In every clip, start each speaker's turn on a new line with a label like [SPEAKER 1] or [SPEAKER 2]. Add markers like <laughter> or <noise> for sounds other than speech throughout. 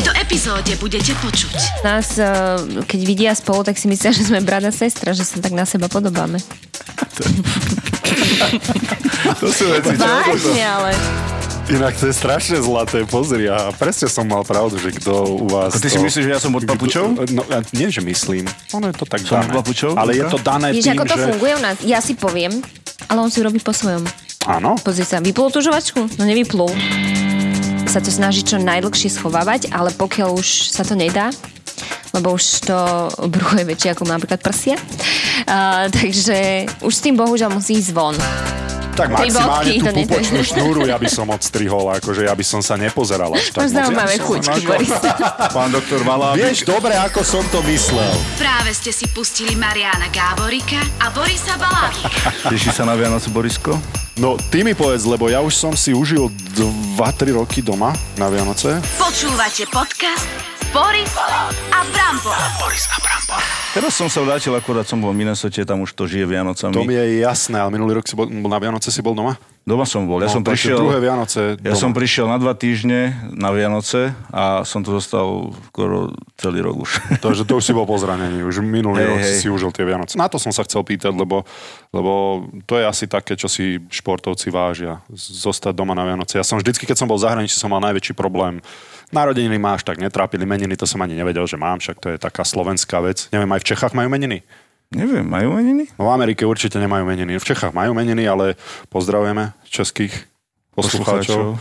[SPEAKER 1] epizóde budete počuť.
[SPEAKER 2] Nás, eh, keď vidia spolu, tak si myslia, <laughs> že sme brat a sestra, že sa tak na seba podobáme.
[SPEAKER 3] To sú veci, čo
[SPEAKER 2] Vážne, ale...
[SPEAKER 3] Inak to je strašne zlaté, pozri. A presne som mal pravdu, že kto u vás...
[SPEAKER 4] A ty si myslíš, že ja som od
[SPEAKER 3] Kto-
[SPEAKER 4] papučov?
[SPEAKER 3] No, a nie, že myslím. Ono je to tak
[SPEAKER 4] Som
[SPEAKER 3] dané.
[SPEAKER 4] od papučov?
[SPEAKER 3] Ale je
[SPEAKER 4] Luka?
[SPEAKER 3] to dané
[SPEAKER 2] Vieš,
[SPEAKER 3] tým,
[SPEAKER 2] ako to
[SPEAKER 3] že...
[SPEAKER 2] funguje u nás? Ja si poviem, ale on si robí po svojom.
[SPEAKER 3] Áno.
[SPEAKER 2] Pozri sa, vyplul tú žovačku? No nevyplul. Sa to snaží čo najdlhšie schovávať, ale pokiaľ už sa to nedá, lebo už to brucho je väčšie ako napríklad prsia, uh, takže už s tým bohužiaľ musí ísť von.
[SPEAKER 3] Tak
[SPEAKER 2] Tri bodky,
[SPEAKER 3] maximálne tú
[SPEAKER 2] to nie-
[SPEAKER 3] pupočnú šnúru ja by som odstrihol, akože ja by som sa nepozeral až tak
[SPEAKER 2] Máš
[SPEAKER 3] moc.
[SPEAKER 2] zaujímavé
[SPEAKER 3] Ja som-
[SPEAKER 2] chuťky,
[SPEAKER 4] máš-
[SPEAKER 2] Boris.
[SPEAKER 4] Pán doktor Valá.
[SPEAKER 3] Vieš dobre, ako som to myslel.
[SPEAKER 1] Práve ste si pustili Mariana Gáborika a Borisa Balábika.
[SPEAKER 4] Teší sa na Vianoce, Borisko?
[SPEAKER 3] No, ty mi povedz, lebo ja už som si užil 2-3 roky doma na Vianoce.
[SPEAKER 1] Počúvate podcast Boris a Brambo.
[SPEAKER 4] Teraz som sa vrátil, akurát som bol v Minnesote, tam už to žije Vianocami.
[SPEAKER 3] To mi je jasné, ale minulý rok si bol, na Vianoce si bol doma?
[SPEAKER 4] Doma som bol. Ja
[SPEAKER 3] No,
[SPEAKER 4] som
[SPEAKER 3] takže
[SPEAKER 4] prišiel...
[SPEAKER 3] druhé Vianoce
[SPEAKER 4] Ja
[SPEAKER 3] doma.
[SPEAKER 4] som prišiel na dva týždne na Vianoce a som tu zostal skoro celý rok už. <laughs>
[SPEAKER 3] Takže to už si bol po zranení, už minulý
[SPEAKER 4] Hej,
[SPEAKER 3] rok
[SPEAKER 4] hej.
[SPEAKER 3] si si užil tie Vianoce. Na to som sa chcel pýtať, lebo, lebo to je asi také, čo si športovci vážia. z- Zostať doma na Vianoce. Ja som vždycky, keď som bol v zahraničí, som mal najväčší problém. Narodeniny máš, tak netrápili meniny, to som ani nevedel, že mám, však to je taká slovenská vec. Neviem, aj v Čechách majú meniny?
[SPEAKER 4] Neviem, majú meniny?
[SPEAKER 3] No v Amerike určite nemajú meniny. V Čechách majú meniny, ale pozdravujeme českých poslucháčov.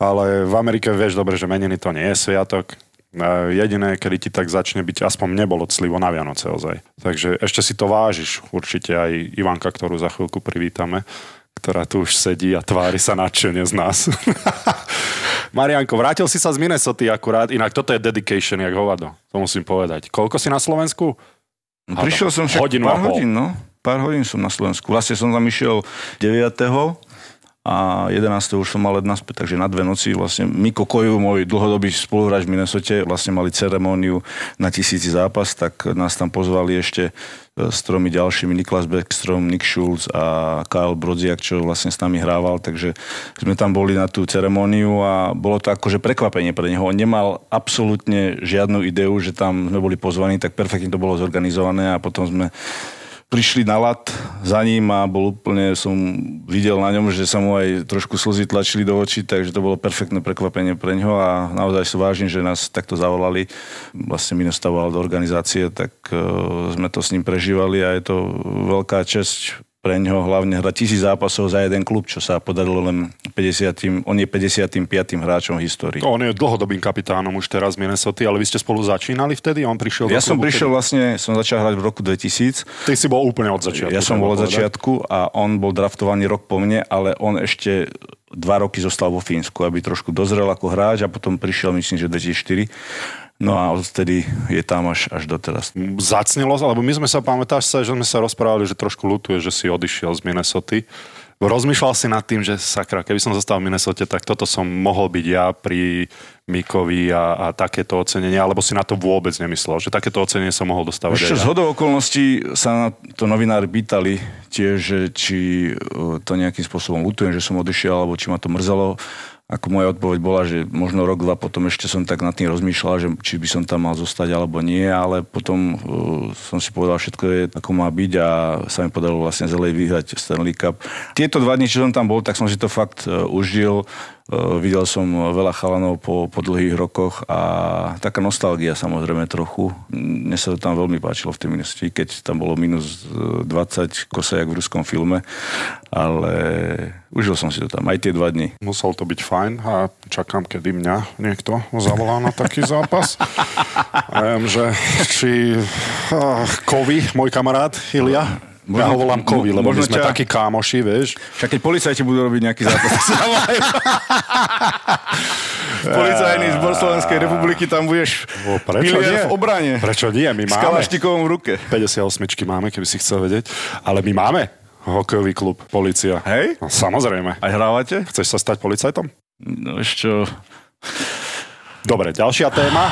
[SPEAKER 3] Ale v Amerike vieš dobre, že meniny to nie je sviatok. E, Jediné, kedy ti tak začne byť, aspoň nebolo clivo na Vianoce ozaj. Takže ešte si to vážiš určite aj Ivanka, ktorú za chvíľku privítame, ktorá tu už sedí a tvári sa nadšene z nás. <laughs> Marianko, vrátil si sa z Minnesoty akurát, inak toto je dedication, jak hovado, to musím povedať. Koľko si na Slovensku?
[SPEAKER 4] No, prišiel som však
[SPEAKER 3] Hodinu a
[SPEAKER 4] pár
[SPEAKER 3] pol.
[SPEAKER 4] hodín, no. Pár hodín som na Slovensku. Vlastne som tam išiel 9. a 11. už som mal let naspäť, takže na dve noci vlastne Miko Koju, môj dlhodobý spoluhráč v Minnesote, vlastne mali ceremóniu na tisíci zápas, tak nás tam pozvali ešte e, s tromi ďalšími, Niklas Beckstrom, Nick Schulz a Kyle Brodziak, čo vlastne s nami hrával, takže sme tam boli na tú ceremóniu a bolo to akože prekvapenie pre neho. On nemal absolútne žiadnu ideu, že tam sme boli pozvaní, tak perfektne to bolo zorganizované a potom sme prišli na lat za ním a bol úplne, som videl na ňom, že sa mu aj trošku slzy tlačili do očí, takže to bolo perfektné prekvapenie pre ňoho a naozaj sa vážim, že nás takto zavolali. Vlastne mi nastavoval do organizácie, tak eh, sme to s ním prežívali a je to veľká česť pre ňoho hlavne hra tisíc zápasov za jeden klub, čo sa podarilo len 50, on je 55. hráčom v histórii.
[SPEAKER 3] No, On je dlhodobým kapitánom už teraz Minnesota, ale vy ste spolu začínali vtedy? On prišiel do
[SPEAKER 4] Ja som
[SPEAKER 3] klubu,
[SPEAKER 4] prišiel vlastne, som začal hrať v roku
[SPEAKER 3] Keď...
[SPEAKER 4] 2000
[SPEAKER 3] Ty si bol úplne od začiatku.
[SPEAKER 4] Ja som bol od
[SPEAKER 3] treba povedať.
[SPEAKER 4] začiatku a on bol draftovaný rok po mne, ale on ešte dva roky zostal vo Fínsku, aby trošku dozrel ako hráč a potom prišiel, myslím, že 2004. No a odtedy je tam až, až doteraz.
[SPEAKER 3] Zacnilo sa, lebo Mm, my sme sa, pamätáš sa, že sme sa rozprávali, že trošku lutuje, že si odišiel z Minnesoty. Rozmýšľal si nad tým, že sakra, keby som zostal v Minnesote, tak toto som mohol byť ja pri Mikovi a, a takéto ocenenie, alebo si na to vôbec nemyslel, že takéto ocenenie som mohol dostávať aj
[SPEAKER 4] Ešte z
[SPEAKER 3] ja.
[SPEAKER 4] hodou okolností sa na to novinári pýtali tiež, že či e, to nejakým spôsobom lutujem, že som odišiel, alebo či ma to mrzelo. Ako moja odpoveď bola, že možno rok, dva potom ešte som tak nad tým rozmýšľal, že či by som tam mal zostať alebo nie, ale potom e, som si povedal, všetko je ako má byť a sa mi podarilo vlastne zelej vyhrať Stanley Cup. Tieto dva dni, čo som tam bol, tak som si to fakt e, užil. E, videl som veľa chalanov po, po dlhých rokoch a taká nostalgia samozrejme trochu. Mne sa to tam veľmi páčilo v tej minulosti, keď tam bolo minus e, 20 kosa jak v ruskom filme, ale užil som si to tam aj tie dva dni.
[SPEAKER 3] Musel to byť fajn a čakám, kedy mňa niekto zavolá na taký zápas. Viem, že či ah, Kovi, môj kamarát Ilia, ja
[SPEAKER 4] Možno-
[SPEAKER 3] ho volám Kovi, lebo my
[SPEAKER 4] možno
[SPEAKER 3] sme
[SPEAKER 4] ťa-
[SPEAKER 3] takí kámoši, vieš.
[SPEAKER 4] Však keď policajti budú robiť nejaký zápas, tak <laughs> sa volajú. Policajný zbor Slovenskej republiky, tam budeš
[SPEAKER 3] O, prečo
[SPEAKER 4] pilier
[SPEAKER 3] nie?
[SPEAKER 4] v obrane.
[SPEAKER 3] Prečo nie? My
[SPEAKER 4] S
[SPEAKER 3] máme.
[SPEAKER 4] kalaštikovom v ruke.
[SPEAKER 3] 58 máme, keby si chcel vedieť. Ale my máme hokejový klub, policia.
[SPEAKER 4] Hej?
[SPEAKER 3] No, samozrejme.
[SPEAKER 4] Aj hrávate?
[SPEAKER 3] Chceš sa stať policajtom?
[SPEAKER 4] No ešte...
[SPEAKER 3] Dobre, ďalšia téma.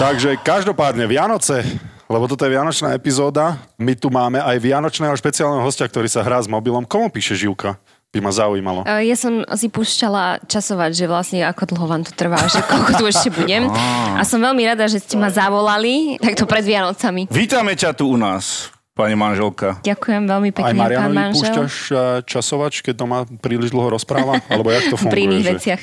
[SPEAKER 3] Takže každopádne Vianoce, lebo toto je Vianočná epizóda. My tu máme aj Vianočného špeciálneho hostia, ktorý sa hrá s mobilom. Komu píše Živka? by ma zaujímalo.
[SPEAKER 2] E, Ja som si púšťala časovať, že vlastne ako dlho vám to trvá, že koľko tu ešte
[SPEAKER 3] <laughs>
[SPEAKER 2] budem.
[SPEAKER 3] Ah.
[SPEAKER 2] A som veľmi rada, že ste ma zavolali takto pred Vianocami.
[SPEAKER 4] Vítame ťa tu u nás, pani manželka.
[SPEAKER 2] Ďakujem veľmi
[SPEAKER 3] Aj
[SPEAKER 2] pekne, pán
[SPEAKER 3] Marianovi
[SPEAKER 2] manžel.
[SPEAKER 3] púšťaš a, časovač, keď doma príliš dlho rozpráva? Alebo jak to
[SPEAKER 2] Pri
[SPEAKER 3] funguje?
[SPEAKER 2] iných
[SPEAKER 3] že-
[SPEAKER 2] veciach.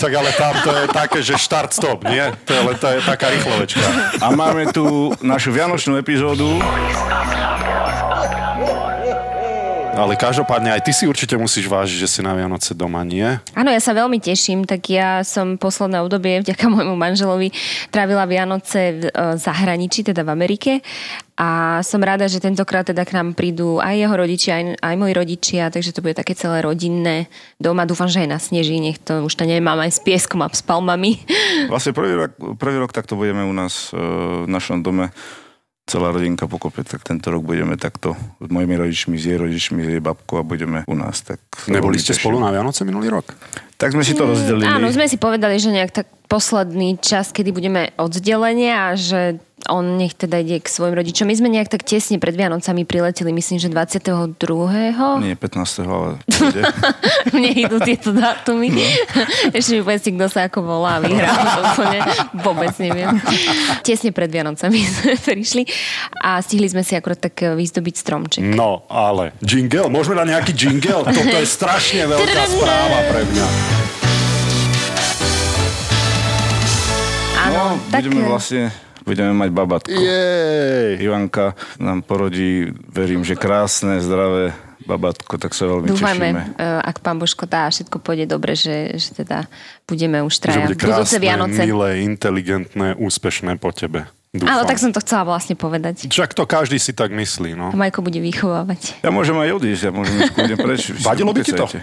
[SPEAKER 3] Tak ale tam to je také, že štart stop, nie? To je, to je taká rýchlovečka.
[SPEAKER 4] A máme tu našu vianočnú epizódu.
[SPEAKER 3] Ale každopádne aj ty si určite musíš vážiť, že si na Vianoce doma, nie?
[SPEAKER 2] Áno, ja sa veľmi teším, tak ja som posledné obdobie vďaka <laughs> môjmu manželovi trávila Vianoce v e, zahraničí, teda v Amerike a som rada, že tentokrát teda k nám prídu aj jeho rodičia, aj, aj moji rodičia, takže to bude také celé rodinné doma. Dúfam, že aj na sneží, nech to už to nemám aj s pieskom a s palmami.
[SPEAKER 4] Vlastne prvý rok, prvý rok takto budeme u nás e, v našom dome celá rodinka pokope, tak tento rok budeme takto s mojimi rodičmi, s jej rodičmi, s jej babkou a budeme u nás. Tak sa
[SPEAKER 3] Neboli
[SPEAKER 4] veľmi
[SPEAKER 3] ste
[SPEAKER 4] teším.
[SPEAKER 3] spolu na Vianoce minulý rok?
[SPEAKER 4] Tak sme si to rozdelili.
[SPEAKER 2] Mm, Áno, sme si povedali, že nejak tak posledný čas, kedy budeme oddelenie a že on nech teda ide k svojim rodičom. My sme nejak tak tesne pred Vianocami prileteli, myslím, že 22.
[SPEAKER 4] Nie 15.
[SPEAKER 2] <laughs>
[SPEAKER 4] ale bude.
[SPEAKER 2] Mne idú tieto dátumy. <laughs> Ešte mi povedzte, kto sa ako volá a vyhrá. To úplne vôbec neviem. Tesne pred Vianocami <laughs> sme prišli a stihli sme si akurát tak eh, vyzdobiť stromček.
[SPEAKER 3] No, ale. Jingle? Môžeme dať nejaký
[SPEAKER 2] <laughs>
[SPEAKER 3] jingle? Toto je strašne veľká správa pre mňa.
[SPEAKER 2] Áno,
[SPEAKER 4] No,
[SPEAKER 2] tak...
[SPEAKER 4] budeme
[SPEAKER 2] eh,
[SPEAKER 4] vlastne budeme mať babatku.
[SPEAKER 3] Jej!
[SPEAKER 4] Ivanka nám porodí, verím, že krásne, zdravé babatko, tak sa veľmi
[SPEAKER 2] Dúfajme,
[SPEAKER 4] tešíme.
[SPEAKER 2] eh, ak pán Božko dá a všetko pôjde dobre, že, že teda budeme už
[SPEAKER 3] Že
[SPEAKER 2] traja.
[SPEAKER 3] bude
[SPEAKER 2] Budúce
[SPEAKER 3] krásne,
[SPEAKER 2] Vianoce.
[SPEAKER 3] milé, inteligentné, úspešné po tebe. Dúfam.
[SPEAKER 2] Áno, tak som to chcela vlastne povedať.
[SPEAKER 3] Však to každý si tak
[SPEAKER 2] A
[SPEAKER 3] myslí, no.
[SPEAKER 2] Majko bude vychovávať.
[SPEAKER 4] Ja môžem aj odísť, ja môžem ísť kľudne
[SPEAKER 3] <laughs>
[SPEAKER 4] preč. Vy si
[SPEAKER 3] Vadilo by ti to?
[SPEAKER 4] ukecajte.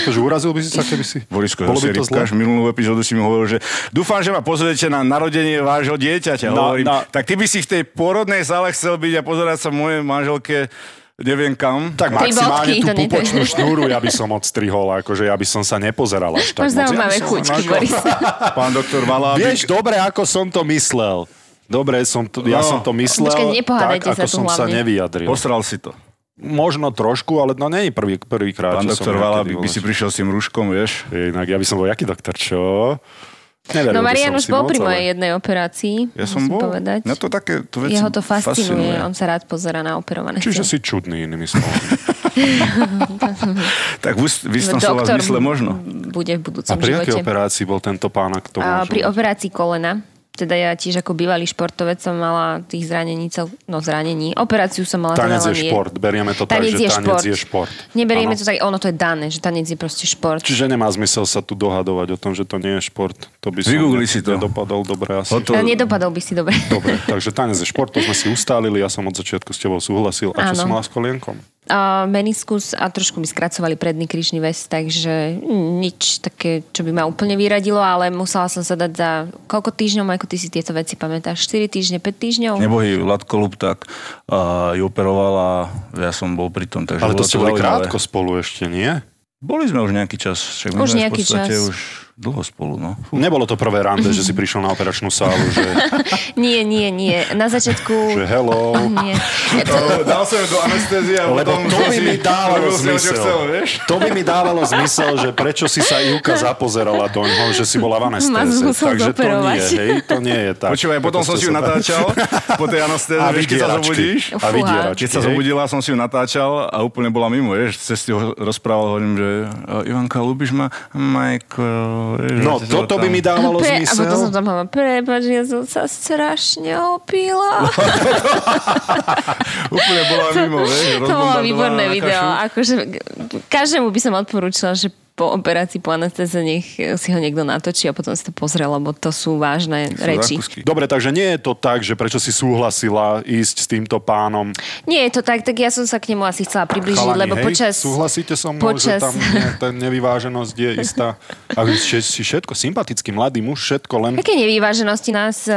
[SPEAKER 3] Akože urazil by si sa, keby si...
[SPEAKER 4] Borisko, Bolo by to rybkáš, minulú epizódu si mi hovoril, že dúfam, že ma pozriete na narodenie vášho dieťaťa.
[SPEAKER 3] No,
[SPEAKER 4] hovorím,
[SPEAKER 3] no.
[SPEAKER 4] Tak ty by si v tej porodnej sále chcel byť a pozerať sa mojej manželke neviem kam.
[SPEAKER 3] Tak
[SPEAKER 2] Tri bodky,
[SPEAKER 3] maximálne tú
[SPEAKER 2] to nie-
[SPEAKER 3] pupočnú šnúru ja by som odstrihol, akože ja by som sa nepozeral až tak.
[SPEAKER 2] Máš
[SPEAKER 3] moc.
[SPEAKER 2] zaujímavé
[SPEAKER 3] Ja by som-
[SPEAKER 2] chuťky,
[SPEAKER 4] Máš-
[SPEAKER 2] Boris.
[SPEAKER 4] <laughs> Pán doktor Valá.
[SPEAKER 3] Vieš, dobre, ako som to myslel. Dobre, som to, ja
[SPEAKER 4] No.
[SPEAKER 3] som to myslel
[SPEAKER 2] Počkaj,
[SPEAKER 3] tak,
[SPEAKER 2] nepohádajte
[SPEAKER 3] ako
[SPEAKER 2] sa tu
[SPEAKER 3] som sa
[SPEAKER 2] hlavne.
[SPEAKER 3] nevyjadril.
[SPEAKER 4] Posral si to.
[SPEAKER 3] Možno trošku, ale no není prvý, prvýkrát.
[SPEAKER 4] Pán
[SPEAKER 3] čo som
[SPEAKER 4] doktor
[SPEAKER 3] ja
[SPEAKER 4] Valá
[SPEAKER 3] kedy
[SPEAKER 4] by, by
[SPEAKER 3] bol.
[SPEAKER 4] si prišiel s tým rúškom, vieš.
[SPEAKER 3] Inak ja by som bol, jaký doktor, čo? Neveril
[SPEAKER 2] No
[SPEAKER 3] by
[SPEAKER 2] Marian
[SPEAKER 3] som
[SPEAKER 2] už
[SPEAKER 3] si
[SPEAKER 2] bol
[SPEAKER 3] moc,
[SPEAKER 2] pri
[SPEAKER 3] ale-
[SPEAKER 2] mojej jednej operácii,
[SPEAKER 4] Ja som
[SPEAKER 2] musím
[SPEAKER 4] bol.
[SPEAKER 2] povedať.
[SPEAKER 4] Mňa to také to veci
[SPEAKER 2] Jeho to fascinuje, on sa rád pozera na operované. telo.
[SPEAKER 3] Čiže si čudný, inými slovami.
[SPEAKER 2] <laughs>
[SPEAKER 4] Tak v, ist- v istom slova
[SPEAKER 2] Doktor
[SPEAKER 4] zmysle možno.
[SPEAKER 2] bude v
[SPEAKER 3] A
[SPEAKER 2] budúcom
[SPEAKER 3] pri akej
[SPEAKER 2] živote.
[SPEAKER 3] operácii bol tento pán, ak to
[SPEAKER 2] A,
[SPEAKER 3] môžem?
[SPEAKER 2] pri operácii kolena, teda ja tiež ako bývalý športovec som mala tých zranení, cel, no zranení, operáciu som mala
[SPEAKER 3] Tanec
[SPEAKER 2] teda len
[SPEAKER 3] je šport, berieme to tak,
[SPEAKER 2] Tanec
[SPEAKER 3] že
[SPEAKER 2] je
[SPEAKER 3] tanec
[SPEAKER 2] šport.
[SPEAKER 3] je šport.
[SPEAKER 2] Neberieme
[SPEAKER 3] Áno.
[SPEAKER 2] to tak, ono to je dané, že tanec je proste šport.
[SPEAKER 3] Čiže nemá zmysel sa tu dohadovať o tom, že to nie je šport. To by som
[SPEAKER 4] Vygoogli si to.
[SPEAKER 3] nedopadol dobre asi.
[SPEAKER 4] Hotovo.
[SPEAKER 2] To... Nedopadol by si dobre.
[SPEAKER 3] Dobre, takže tanec je šport, to sme si ustálili, ja som od začiatku s tebou súhlasil. A čo
[SPEAKER 2] Áno.
[SPEAKER 3] som mal s kolienkom?
[SPEAKER 2] <laughs> A meniskus a trošku mi skracovali predný krížny väz, takže mm, nič také, čo by ma úplne vyradilo, ale musela som sa dať za koľko týždňov, Majko, ty si tieto veci pamätáš? 4 týždne, 5 týždňov?
[SPEAKER 4] Nebohy Latko Lupták uh, ju operovala, ja som bol pri tom. Takže
[SPEAKER 3] Ale to
[SPEAKER 4] bolo
[SPEAKER 3] ste boli
[SPEAKER 4] zaujímavé.
[SPEAKER 3] krátko spolu ešte, nie?
[SPEAKER 4] Boli sme už nejaký čas. Však my
[SPEAKER 2] Už
[SPEAKER 4] sme v
[SPEAKER 2] nejaký
[SPEAKER 4] podstate
[SPEAKER 2] čas.
[SPEAKER 4] Už dlho spolu, no.
[SPEAKER 3] Nebolo to prvé rande,
[SPEAKER 2] <laughs>
[SPEAKER 3] že si prišiel na operačnú sálu, že,
[SPEAKER 2] Nie, nie, nie. Na začiatku...
[SPEAKER 3] že
[SPEAKER 2] <laughs>
[SPEAKER 3] hello. <laughs>
[SPEAKER 2] Nie.
[SPEAKER 3] No,
[SPEAKER 4] Dal som ju do anestézie a
[SPEAKER 3] Lebo to by mi dávalo zmysel. To by mi dávalo zmysel, že prečo si sa
[SPEAKER 2] <laughs>
[SPEAKER 3] Ivka zapozerala do ňoho, že si bola v
[SPEAKER 2] Ma
[SPEAKER 3] anestéze.
[SPEAKER 2] musel
[SPEAKER 3] Takže to nie,
[SPEAKER 2] zoperovať.
[SPEAKER 3] hej, to nie je tak.
[SPEAKER 4] Počúvaj, potom
[SPEAKER 3] To
[SPEAKER 4] som
[SPEAKER 3] ste
[SPEAKER 4] si ju
[SPEAKER 3] sa-
[SPEAKER 4] natáčal po tej anestézie,
[SPEAKER 3] A
[SPEAKER 4] vieš, keď sa zobudíš.
[SPEAKER 3] vydieračky. A
[SPEAKER 2] Fúha.
[SPEAKER 3] vydieračky.
[SPEAKER 4] Keď sa
[SPEAKER 3] hej.
[SPEAKER 4] zobudila, som si ju natáčal a úplne bola mimo, vieš, cez ty ho rozprával, hovorím, že "E, Ivanka, ľúbiš ma? Michael, vieš,
[SPEAKER 3] No,
[SPEAKER 4] že
[SPEAKER 3] toto
[SPEAKER 4] tam-
[SPEAKER 3] by mi dávalo
[SPEAKER 2] Pre, a potom som
[SPEAKER 3] zmysel.
[SPEAKER 2] tam hovorila, prepač, ja som sa strašne opila.
[SPEAKER 4] Úplne bola mimo, vieš,
[SPEAKER 2] <laughs>
[SPEAKER 3] No,
[SPEAKER 2] to bolo
[SPEAKER 4] rozbombardovaná
[SPEAKER 2] výborné
[SPEAKER 4] na
[SPEAKER 2] video.
[SPEAKER 4] kašu.
[SPEAKER 2] Akože, každému by som odporúčala, že po operácii po anestéze nech si ho niekto natočí a potom si to pozrie, lebo to sú vážne
[SPEAKER 4] Sú
[SPEAKER 2] reči.
[SPEAKER 4] zakúsky.
[SPEAKER 3] Dobre, takže nie je to tak, že prečo si súhlasila ísť s týmto pánom.
[SPEAKER 2] Nie je to tak, tak ja som sa k nemu asi chcela priblížiť,
[SPEAKER 3] Chalani,
[SPEAKER 2] lebo
[SPEAKER 3] hej,
[SPEAKER 2] počas...
[SPEAKER 3] Súhlasíte so mnou,
[SPEAKER 2] počas-
[SPEAKER 3] že tam nie, tá nevyváženosť je istá. A vy ste si všetko, sympatický mladý muž, všetko len...
[SPEAKER 2] <laughs> Také nevýváženosti nás, eh,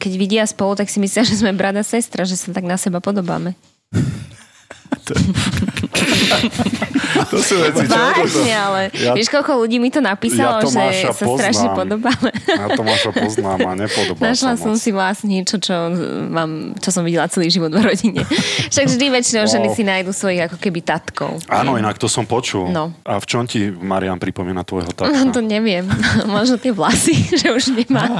[SPEAKER 2] keď vidia spolu, tak si myslia, že sme brada sestra, že sa tak na seba podobáme.
[SPEAKER 4] to sú veci, čo?
[SPEAKER 2] Vážne, ale ja,
[SPEAKER 3] Ja-
[SPEAKER 2] vieš, koľko ľudí mi to napísalo,
[SPEAKER 3] Ja
[SPEAKER 2] že
[SPEAKER 3] Tomáša
[SPEAKER 2] sa strašne
[SPEAKER 3] poznám.
[SPEAKER 2] podobáme.
[SPEAKER 3] Ja Tomáša poznám a nepodobá
[SPEAKER 2] Našla
[SPEAKER 3] sa
[SPEAKER 2] som
[SPEAKER 3] moc.
[SPEAKER 2] si vlastne niečo, čo, mám, čo som videla celý život v
[SPEAKER 4] <laughs>
[SPEAKER 2] rodine. Však vždy väčšinou
[SPEAKER 3] Wow.
[SPEAKER 2] ženy si nájdu svojich ako keby tatkov.
[SPEAKER 3] Áno, inak to som počul.
[SPEAKER 2] No.
[SPEAKER 3] A v čom ti, Marian,
[SPEAKER 2] <laughs>
[SPEAKER 3] pripomína tvojho
[SPEAKER 2] No,
[SPEAKER 3] tatka?
[SPEAKER 2] to neviem. Možno tie vlasy, <laughs> že už nemá.
[SPEAKER 3] <laughs>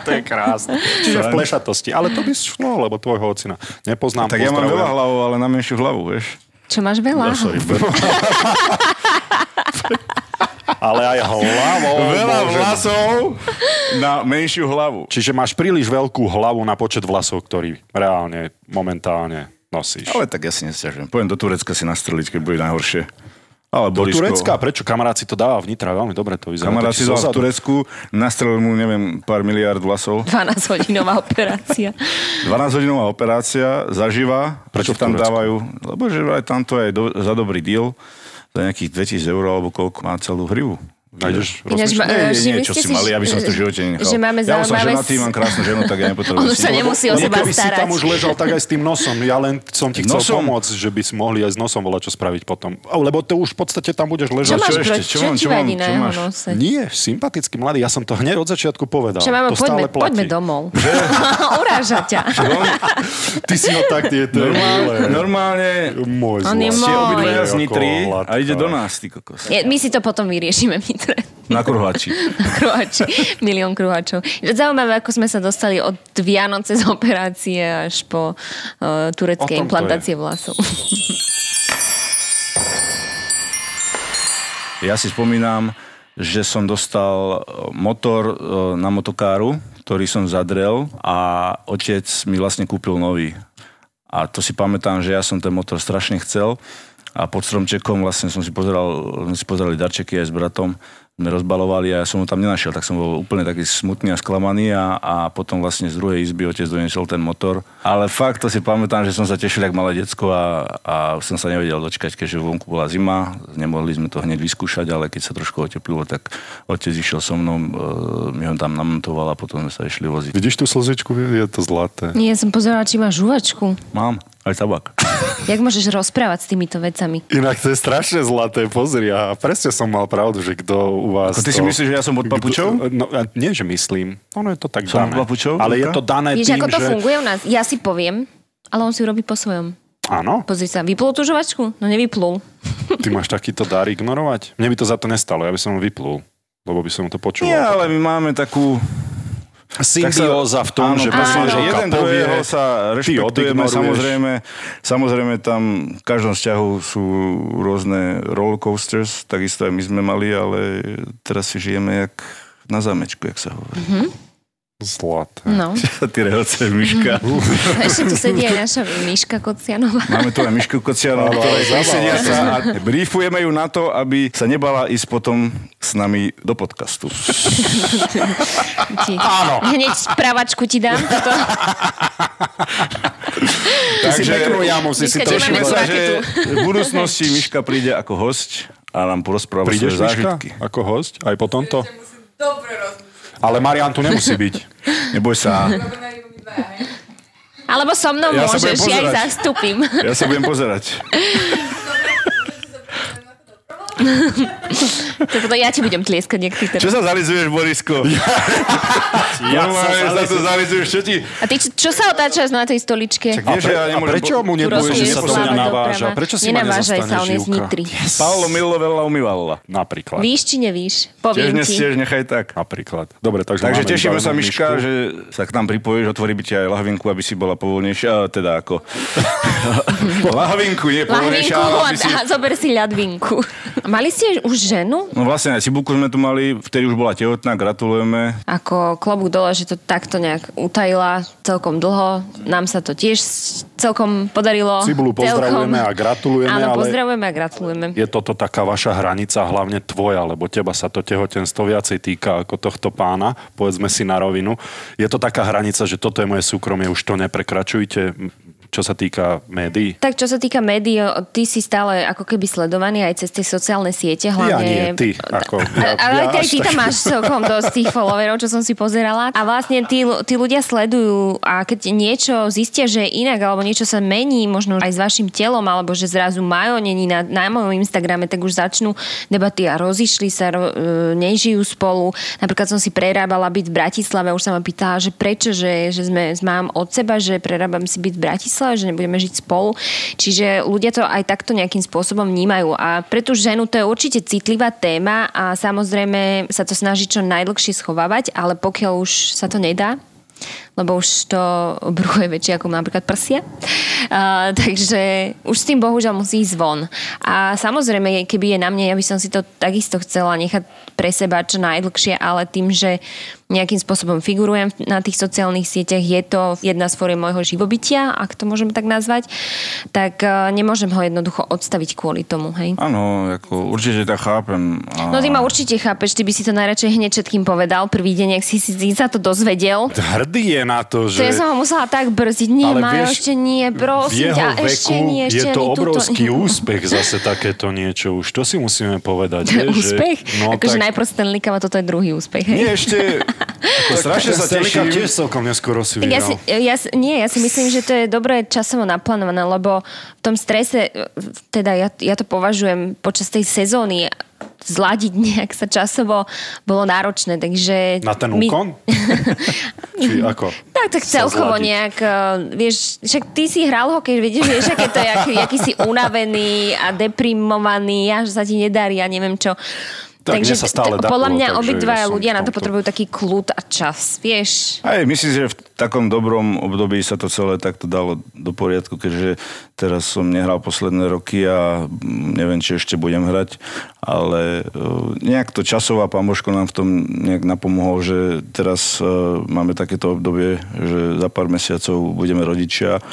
[SPEAKER 3] Á, to je krásne. Čiže v plešatosti. Ale to by šlo, lebo tvojho ocina. Nepoznám,
[SPEAKER 4] No, Tak ja mám
[SPEAKER 3] pozdravujem.
[SPEAKER 4] veľa hlavov, ale na menšiu hlavu, vieš.
[SPEAKER 2] Čo máš veľa?
[SPEAKER 4] No, sorry.
[SPEAKER 3] <laughs> Ale aj hlavou.
[SPEAKER 4] Veľa
[SPEAKER 3] Bože.
[SPEAKER 4] vlasov na menšiu hlavu.
[SPEAKER 3] Čiže máš príliš veľkú hlavu na počet vlasov, ktorý reálne, momentálne nosíš.
[SPEAKER 4] Ale tak ja si nesťažujem. Pojem do Turecka si nastreliť, keď bude najhoršie. Ale do
[SPEAKER 3] Turecka, prečo? Kamarát si to dáva vnitra, veľmi dobre to vyzerá.
[SPEAKER 4] Kamarát si
[SPEAKER 3] Taký
[SPEAKER 4] dal v
[SPEAKER 3] zozadu.
[SPEAKER 4] Turecku, nastrelil mu, neviem, pár miliard vlasov.
[SPEAKER 2] 12-hodinová operácia.
[SPEAKER 4] <laughs> 12-hodinová operácia, zažíva.
[SPEAKER 3] Prečo
[SPEAKER 4] Prečo
[SPEAKER 3] v
[SPEAKER 4] tam
[SPEAKER 3] Turecku?
[SPEAKER 4] dávajú? Lebo že vraj tam to je do, za dobrý deal. Za nejakých 2000 eur, alebo koľko má celú hrivu.
[SPEAKER 3] Nájdeš
[SPEAKER 2] Ináč ma-
[SPEAKER 3] rozličné?
[SPEAKER 4] Nie,
[SPEAKER 2] že
[SPEAKER 4] nie, čo
[SPEAKER 2] myslíte
[SPEAKER 4] si mali, aby som to v živote nechal.
[SPEAKER 2] Že máme
[SPEAKER 4] ja už som
[SPEAKER 2] zaujímavé...
[SPEAKER 4] ženatý, mám krásnu ženu, tak
[SPEAKER 2] <laughs>
[SPEAKER 4] ja nepotrebujem.
[SPEAKER 2] On už
[SPEAKER 4] si-
[SPEAKER 2] sa nemusí o
[SPEAKER 3] Lebo
[SPEAKER 2] seba
[SPEAKER 3] keby si
[SPEAKER 2] starať.
[SPEAKER 3] tam už ležal tak aj s tým nosom. Ja len som ti chcel
[SPEAKER 4] Nosom?
[SPEAKER 3] pomôcť, že by si mohli aj s nosom volať čo spraviť potom. A Lebo to už v podstate tam budeš
[SPEAKER 2] Čo
[SPEAKER 3] ležať.
[SPEAKER 2] máš
[SPEAKER 4] čo ešte?
[SPEAKER 2] proti,
[SPEAKER 4] Čo
[SPEAKER 2] čo
[SPEAKER 4] mám,
[SPEAKER 2] ti
[SPEAKER 4] čo mám,
[SPEAKER 2] vadí na
[SPEAKER 4] čo
[SPEAKER 2] jeho
[SPEAKER 4] máš?
[SPEAKER 2] nose?
[SPEAKER 3] Nie, sympatický mladý. Ja som to hneď od začiatku povedal.
[SPEAKER 2] Že mama,
[SPEAKER 3] to
[SPEAKER 2] poďme,
[SPEAKER 3] stále platí.
[SPEAKER 2] poďme domov. <laughs> Uráža ťa.
[SPEAKER 3] Ty si ho tak, je to
[SPEAKER 4] <laughs> Normálne,
[SPEAKER 3] milé.
[SPEAKER 4] normálne
[SPEAKER 3] Môj
[SPEAKER 2] On je
[SPEAKER 3] zlatý.
[SPEAKER 4] ste
[SPEAKER 2] Môj.
[SPEAKER 4] obidvaja z
[SPEAKER 3] Ako
[SPEAKER 4] Nitry a
[SPEAKER 3] hladká.
[SPEAKER 4] ide do nás, ty kokos.
[SPEAKER 2] Nie, My si to potom vyriešime, Mitre.
[SPEAKER 4] Na kurhači.
[SPEAKER 2] Kruhači, milión kruhačov. Zaujímavé, ako sme sa dostali od Vianoce z operácie až po uh,
[SPEAKER 3] O
[SPEAKER 2] turecké
[SPEAKER 3] tom to
[SPEAKER 2] implantácie vlasov.
[SPEAKER 4] Ja si spomínam, že som dostal motor e, na motokáru, ktorý som zadrel a otec mi vlastne kúpil nový. A to si pamätám, že ja som ten motor strašne chcel a pod stromčekom vlastne som si pozeral, sme si pozerali darčeky aj s bratom, sme rozbalovali a ja som ho tam nenašiel, tak som bol úplne taký smutný a sklamaný a, a potom vlastne z druhej izby otec doniesol ten motor. Ale fakt to si pamätám, že som sa tešil jak malé decko a, a už som sa nevedel dočkať, keďže vonku bola zima, nemohli sme to hneď vyskúšať, ale keď sa trošku oteplilo, tak otec išiel so mnou, e, mi ho tam namontoval a potom sme sa išli voziť.
[SPEAKER 3] Vidíš tú slzičku? Je to zlaté.
[SPEAKER 2] <laughs> Nie, som pozerala, či má žuvačku.
[SPEAKER 4] Mám aj tabak.
[SPEAKER 2] Jak môžeš rozprávať s týmito vecami?
[SPEAKER 3] Inak to je strašne zlaté, pozri. A presne som mal pravdu, že kto u vás...
[SPEAKER 4] Ako ty si
[SPEAKER 3] to-
[SPEAKER 4] myslíš, že ja som pod papučou?
[SPEAKER 3] Kto- No, a nie, že myslím. Ono je to tak
[SPEAKER 4] Som
[SPEAKER 3] dané.
[SPEAKER 4] pod papučou,
[SPEAKER 3] Ale je
[SPEAKER 4] Julka?
[SPEAKER 3] to dané
[SPEAKER 2] Vieš,
[SPEAKER 3] E, tým,
[SPEAKER 2] ako to
[SPEAKER 3] že...
[SPEAKER 2] funguje u nás? Ja si poviem, ale on si urobí po svojom.
[SPEAKER 3] Áno,
[SPEAKER 2] Pozri sa, vyplul tú žuvačku? No nevyplul.
[SPEAKER 3] ty máš takýto dar ignorovať. Mne by to za to nestalo, ja by som ho vyplul. Lebo by som to počul.
[SPEAKER 4] Nie, ale my máme takú...
[SPEAKER 3] Symbióza v tom,
[SPEAKER 4] áno,
[SPEAKER 3] že
[SPEAKER 4] presne, že
[SPEAKER 3] manželka
[SPEAKER 4] jeden
[SPEAKER 3] povie,
[SPEAKER 4] druhého
[SPEAKER 3] ty
[SPEAKER 4] sa rešpektujeme,
[SPEAKER 3] odignoruješ.
[SPEAKER 4] samozrejme, samozrejme tam v každom vzťahu sú rôzne roller coasters, takisto aj my sme mali, ale teraz si žijeme jak na zámečku, jak sa hovorí. <laughs>
[SPEAKER 3] Zlaté.
[SPEAKER 2] No.
[SPEAKER 4] Ty rehoce,
[SPEAKER 3] Mhm.
[SPEAKER 4] Miška.
[SPEAKER 2] Ešte tu sedí aj naša Miška Kocianová.
[SPEAKER 4] Máme tu aj Mišku Kocianu, ktorá je vysedia sa a briefujeme ju na to, aby sa nebala ísť potom s nami do podcastu.
[SPEAKER 2] Ti. Áno. Hneď správačku ti dám. Toto.
[SPEAKER 3] Ty si peknú jamu, si si
[SPEAKER 2] Miška,
[SPEAKER 3] to
[SPEAKER 2] čo
[SPEAKER 4] Tešíme
[SPEAKER 2] máme
[SPEAKER 4] sa,
[SPEAKER 2] tu
[SPEAKER 4] že
[SPEAKER 2] raketu.
[SPEAKER 4] v budúcnosti Miška príde ako hosť a nám porozpráva svoje
[SPEAKER 3] Prídeš, Miška,
[SPEAKER 4] zážitky.
[SPEAKER 3] ako host? Aj po tomto?
[SPEAKER 5] musím dobre rozmýšľať.
[SPEAKER 3] Ale Marian tu nemusí byť.
[SPEAKER 4] Neboj sa.
[SPEAKER 5] Dobre na iba my dvaja, hej?
[SPEAKER 2] Alebo so mnou
[SPEAKER 4] Ja sa
[SPEAKER 2] môžeš, ja
[SPEAKER 4] budem
[SPEAKER 2] ich
[SPEAKER 4] pozerať.
[SPEAKER 2] zastúpim. <laughs>
[SPEAKER 4] Ja sa budem pozerať.
[SPEAKER 5] Dobre, môžete sa pozrieť na to doprovo?
[SPEAKER 2] Toto ja ti budem tlieskať, jak ty teraz.
[SPEAKER 4] Čo sa zalizuješ, Borisko?
[SPEAKER 3] Ja
[SPEAKER 4] Normálne sa to zalizuješ, čo ti?
[SPEAKER 2] A ty, čo, čo sa otáčaš na tej stoličke?
[SPEAKER 4] Vieš, že ja
[SPEAKER 3] a
[SPEAKER 4] nemôžem
[SPEAKER 3] prečo
[SPEAKER 4] po-
[SPEAKER 3] mu nebudeš,
[SPEAKER 2] Rozmieš
[SPEAKER 3] že sa to
[SPEAKER 2] sláva
[SPEAKER 3] mňa
[SPEAKER 2] do
[SPEAKER 3] naváža?
[SPEAKER 2] prava.
[SPEAKER 3] Prečo si ma
[SPEAKER 2] Nenavážaj
[SPEAKER 3] nezastaneš,
[SPEAKER 2] sa, on je z
[SPEAKER 3] Živka?
[SPEAKER 2] Nitry.
[SPEAKER 4] Paolo Milovella umývala.
[SPEAKER 3] Napríklad.
[SPEAKER 2] Víš či nevíš?
[SPEAKER 4] Tiež
[SPEAKER 2] Poviem ti.
[SPEAKER 4] nestieš, nechaj tak.
[SPEAKER 3] Napríklad. Dobre, takže,
[SPEAKER 4] Takže
[SPEAKER 3] máme
[SPEAKER 4] tešíme sa,
[SPEAKER 3] vybavenú
[SPEAKER 4] Miška,
[SPEAKER 3] Mišku.
[SPEAKER 4] že sa k nám pripojíš, otvorí by ti aj lahvinku, aby si bola povolnejšia, a teda ako...
[SPEAKER 2] <laughs>
[SPEAKER 4] lahvinku, nie povolnejšia,
[SPEAKER 2] Lahvinku a,
[SPEAKER 4] ale aby si...
[SPEAKER 2] a zober si ľadvinku. A mali ste už ženu?
[SPEAKER 4] No vlastne aj Cibuku sme tu mali, vtedy už bola tehotná, gratulujeme.
[SPEAKER 2] Ako klobúk dole, že to takto nejak utajila celkom dlho. Nám sa to tiež s- celkom podarilo.
[SPEAKER 3] Cibulu pozdravujeme a gratulujeme,
[SPEAKER 2] Áno,
[SPEAKER 3] ale-
[SPEAKER 2] pozdravujeme a gratulujeme.
[SPEAKER 3] Je toto taká vaša hranica, hlavne tvoja, lebo teba sa to tehotenstvo viacej týka ako tohto pána, povedzme si na rovinu. Je to taká hranica, že toto je moje súkromie, už to neprekračujte. M, čo sa týka médií?
[SPEAKER 2] Tak čo sa týka médií, o- ty si stále ako keby sledovaný aj cez tie sociálne siete,
[SPEAKER 3] Ja nie,
[SPEAKER 2] hlavne...
[SPEAKER 3] ty. Ako, ja,
[SPEAKER 2] ale
[SPEAKER 3] ja
[SPEAKER 2] aj ty, aj
[SPEAKER 3] až
[SPEAKER 2] ty
[SPEAKER 3] tak.
[SPEAKER 2] tam máš celkom dosť tých followerov, čo som si pozerala. A vlastne tí, lu- tí ľudia sledujú a keď niečo zistia, že je inak, alebo niečo sa mení, možno aj s vašim telom, alebo že zrazu majo není na, na mojom Instagrame, tak už začnú debaty a rozišli sa, ro, e, nežijú spolu. Napríklad som si prerábala byť v Bratislave, už sa ma pýtala, že prečo, že, že sme s mám od seba, že prerábam si byť v Bratislave, že nebudeme žiť spolu. Čiže ľudia to aj takto nejakým spôsobom vnímajú. A pre tú ženu to je určite citlivá téma a samozrejme sa to snaží čo najdlhšie schovávať, ale pokiaľ už sa to nedá, lebo už to brucho je väčšie ako napríklad prsia. A, <laughs> takže už s tým bohužiaľ musí ísť von. A samozrejme, keby je na mne, ja by som si to takisto chcela nechať pre seba čo najdlhšie, ale tým, že nejakým spôsobom figurujem na tých sociálnych sieťach, je to jedna z fóriem môjho živobytia, ak to môžem tak nazvať, tak eh, nemôžem ho jednoducho odstaviť kvôli tomu, hej?
[SPEAKER 4] Áno, ako, určite to chápem. A...
[SPEAKER 2] No ty ma určite chápeš, ty by si to najradšej hneď všetkým povedal prvý deň, ak si si si sa to dozvedel.
[SPEAKER 3] Hrdý je na to, že...
[SPEAKER 2] To ja som ho musela tak brziť. Nie,
[SPEAKER 3] Ale
[SPEAKER 2] Majo,
[SPEAKER 3] vieš,
[SPEAKER 2] ešte nie,
[SPEAKER 3] v
[SPEAKER 2] prosím
[SPEAKER 3] jeho
[SPEAKER 2] ťa,
[SPEAKER 3] veku
[SPEAKER 2] ešte nie, ešte
[SPEAKER 3] je to
[SPEAKER 2] ani <laughs>
[SPEAKER 3] obrovský
[SPEAKER 2] túto.
[SPEAKER 3] úspech zase takéto niečo už. To si musíme povedať. vieš, že-
[SPEAKER 2] úspech?
[SPEAKER 3] No,
[SPEAKER 2] akože
[SPEAKER 3] tak-
[SPEAKER 2] najprv Stanley Cup a toto je druhý úspech. hej?
[SPEAKER 3] Nie,
[SPEAKER 2] <laughs>
[SPEAKER 3] ešte... Ako strašne sa
[SPEAKER 4] Stanley Cup
[SPEAKER 3] teším.
[SPEAKER 4] tiež
[SPEAKER 3] Tiež celkom neskoro si
[SPEAKER 2] Tak ja si,
[SPEAKER 3] videl.
[SPEAKER 2] ja, si- nie, ja si myslím, že to je dobre časovo naplánované, lebo v tom strese, teda ja, ja to považujem počas tej sezóny eh, zladiť <laughs> nejak sa časovo bolo náročné, takže...
[SPEAKER 3] Na ten
[SPEAKER 2] my- <laughs>
[SPEAKER 3] úkon? Či ako?
[SPEAKER 2] Tak, tak
[SPEAKER 3] Sa
[SPEAKER 2] celkovo
[SPEAKER 3] zladiť.
[SPEAKER 2] nejak, eh, vieš, však ty si hral hokej, vieš, vieš, aké to je, aký, aký si unavený a deprimovaný a že sa ti nedarí a neviem čo.
[SPEAKER 3] Tak mne sa stále
[SPEAKER 2] t- podľa
[SPEAKER 3] darilo,
[SPEAKER 2] mňa
[SPEAKER 3] takže
[SPEAKER 2] obidva
[SPEAKER 3] ja som
[SPEAKER 2] ľudia
[SPEAKER 3] v
[SPEAKER 2] na to
[SPEAKER 3] tomto-
[SPEAKER 2] potrebujú taký kľud a čas, vieš.
[SPEAKER 4] Aj myslím si, že v takom dobrom období sa to celé takto dalo do poriadku, keďže teraz som nehral posledné roky a mm, neviem, či ešte budem hrať, ale eh, nejak to časová pamoško nám v tom nejak napomohol, že teraz eh, máme takéto obdobie, že za pár mesiacov budeme rodičia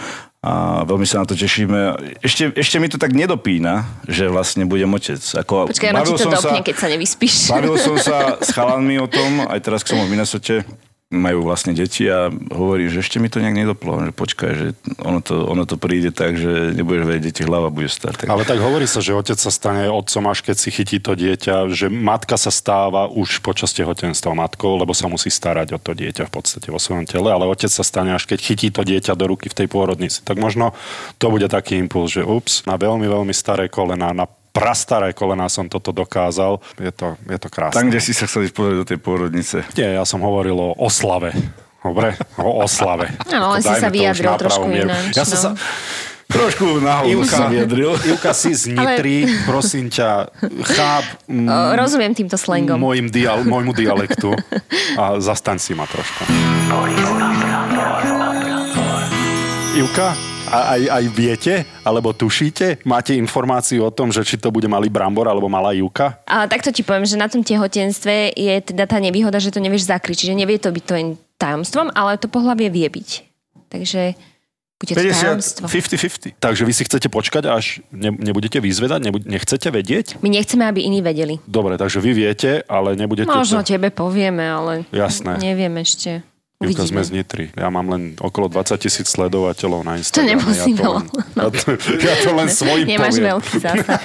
[SPEAKER 4] a veľmi sa na to tešíme. Ešte, ešte mi to tak nedopína, že vlastne budem otec. Ako,
[SPEAKER 2] Počkaj, ono ti
[SPEAKER 4] bavil
[SPEAKER 2] to
[SPEAKER 4] som sa-
[SPEAKER 2] dopne, keď sa nevyspíš.
[SPEAKER 4] Bavil som
[SPEAKER 2] <laughs>
[SPEAKER 4] sa s chalanmi o tom, aj teraz, keď som bol v Minnesote, majú vlastne deti a hovorí, že ešte mi to nejak nedoplo, že počkaj, že ono to, ono to príde tak, že nebudeš vedieť, ti hlava bude stať. Tak...
[SPEAKER 3] Ale tak hovorí sa, že otec sa stane otcom, až keď si chytí to dieťa, že matka sa stáva už počas tehotenstva matkou, lebo sa musí starať o to dieťa v podstate vo svojom tele, ale otec sa stane, až keď chytí to dieťa do ruky v tej pôrodnici. Tak možno to bude taký impuls, že ups, na veľmi, veľmi staré kolená, na prastaré kolená som toto dokázal. Je to, je to krásne.
[SPEAKER 4] Tam, kde si sa chcel ísť pozrieť do tej pôrodnice.
[SPEAKER 3] Nie, ja som hovoril o oslave. Dobre? O
[SPEAKER 2] <laughs>
[SPEAKER 3] oslave.
[SPEAKER 2] Áno, ale No, si
[SPEAKER 3] Ako dajme
[SPEAKER 2] sa
[SPEAKER 3] to už
[SPEAKER 2] vyjadril
[SPEAKER 3] na pravú
[SPEAKER 2] trošku
[SPEAKER 3] mieru.
[SPEAKER 2] ináč,
[SPEAKER 3] Ja som
[SPEAKER 2] no.
[SPEAKER 3] sa...
[SPEAKER 4] Trošku nahol
[SPEAKER 3] Ivka,
[SPEAKER 4] sa vyjadril.
[SPEAKER 3] Ivka, si z Nitry, prosím ťa, cháp m-
[SPEAKER 2] O, Rozumiem týmto slangom.
[SPEAKER 3] môjim dial- môjmu dialektu a zastaň si ma trošku. Ivka, a aj, aj viete, alebo tušíte, máte informáciu o tom, že či to bude malý brambor alebo malá Ivka?
[SPEAKER 2] A takto ti poviem, že na tom tehotenstve je teda tá nevýhoda, že to nevieš zakryť, čiže nevie to byť tvojim tajomstvom, ale to pohlavie vie byť. Takže bude to
[SPEAKER 4] 50,
[SPEAKER 2] tajomstvo.
[SPEAKER 4] 50-50.
[SPEAKER 3] Takže vy si chcete počkať, až ne, nebudete vyzvedať, nebu- nechcete vedieť?
[SPEAKER 2] My nechceme, aby iní vedeli.
[SPEAKER 3] Dobre, takže vy viete, ale nebudete...
[SPEAKER 2] Možno
[SPEAKER 3] to-
[SPEAKER 2] tebe povieme, ale
[SPEAKER 3] Jasné.
[SPEAKER 2] neviem ešte.
[SPEAKER 3] Júka,
[SPEAKER 2] Uvidíme.
[SPEAKER 3] sme z Nitry. Ja mám len okolo 20 tisíc sledovateľov
[SPEAKER 2] To
[SPEAKER 3] na Instagrame.
[SPEAKER 2] nemusí
[SPEAKER 3] ja to,
[SPEAKER 2] veľa.
[SPEAKER 3] len, ja to, ja to len svojim
[SPEAKER 2] Nemáš
[SPEAKER 3] poviem.
[SPEAKER 2] veľký
[SPEAKER 3] <laughs>
[SPEAKER 2] zásah.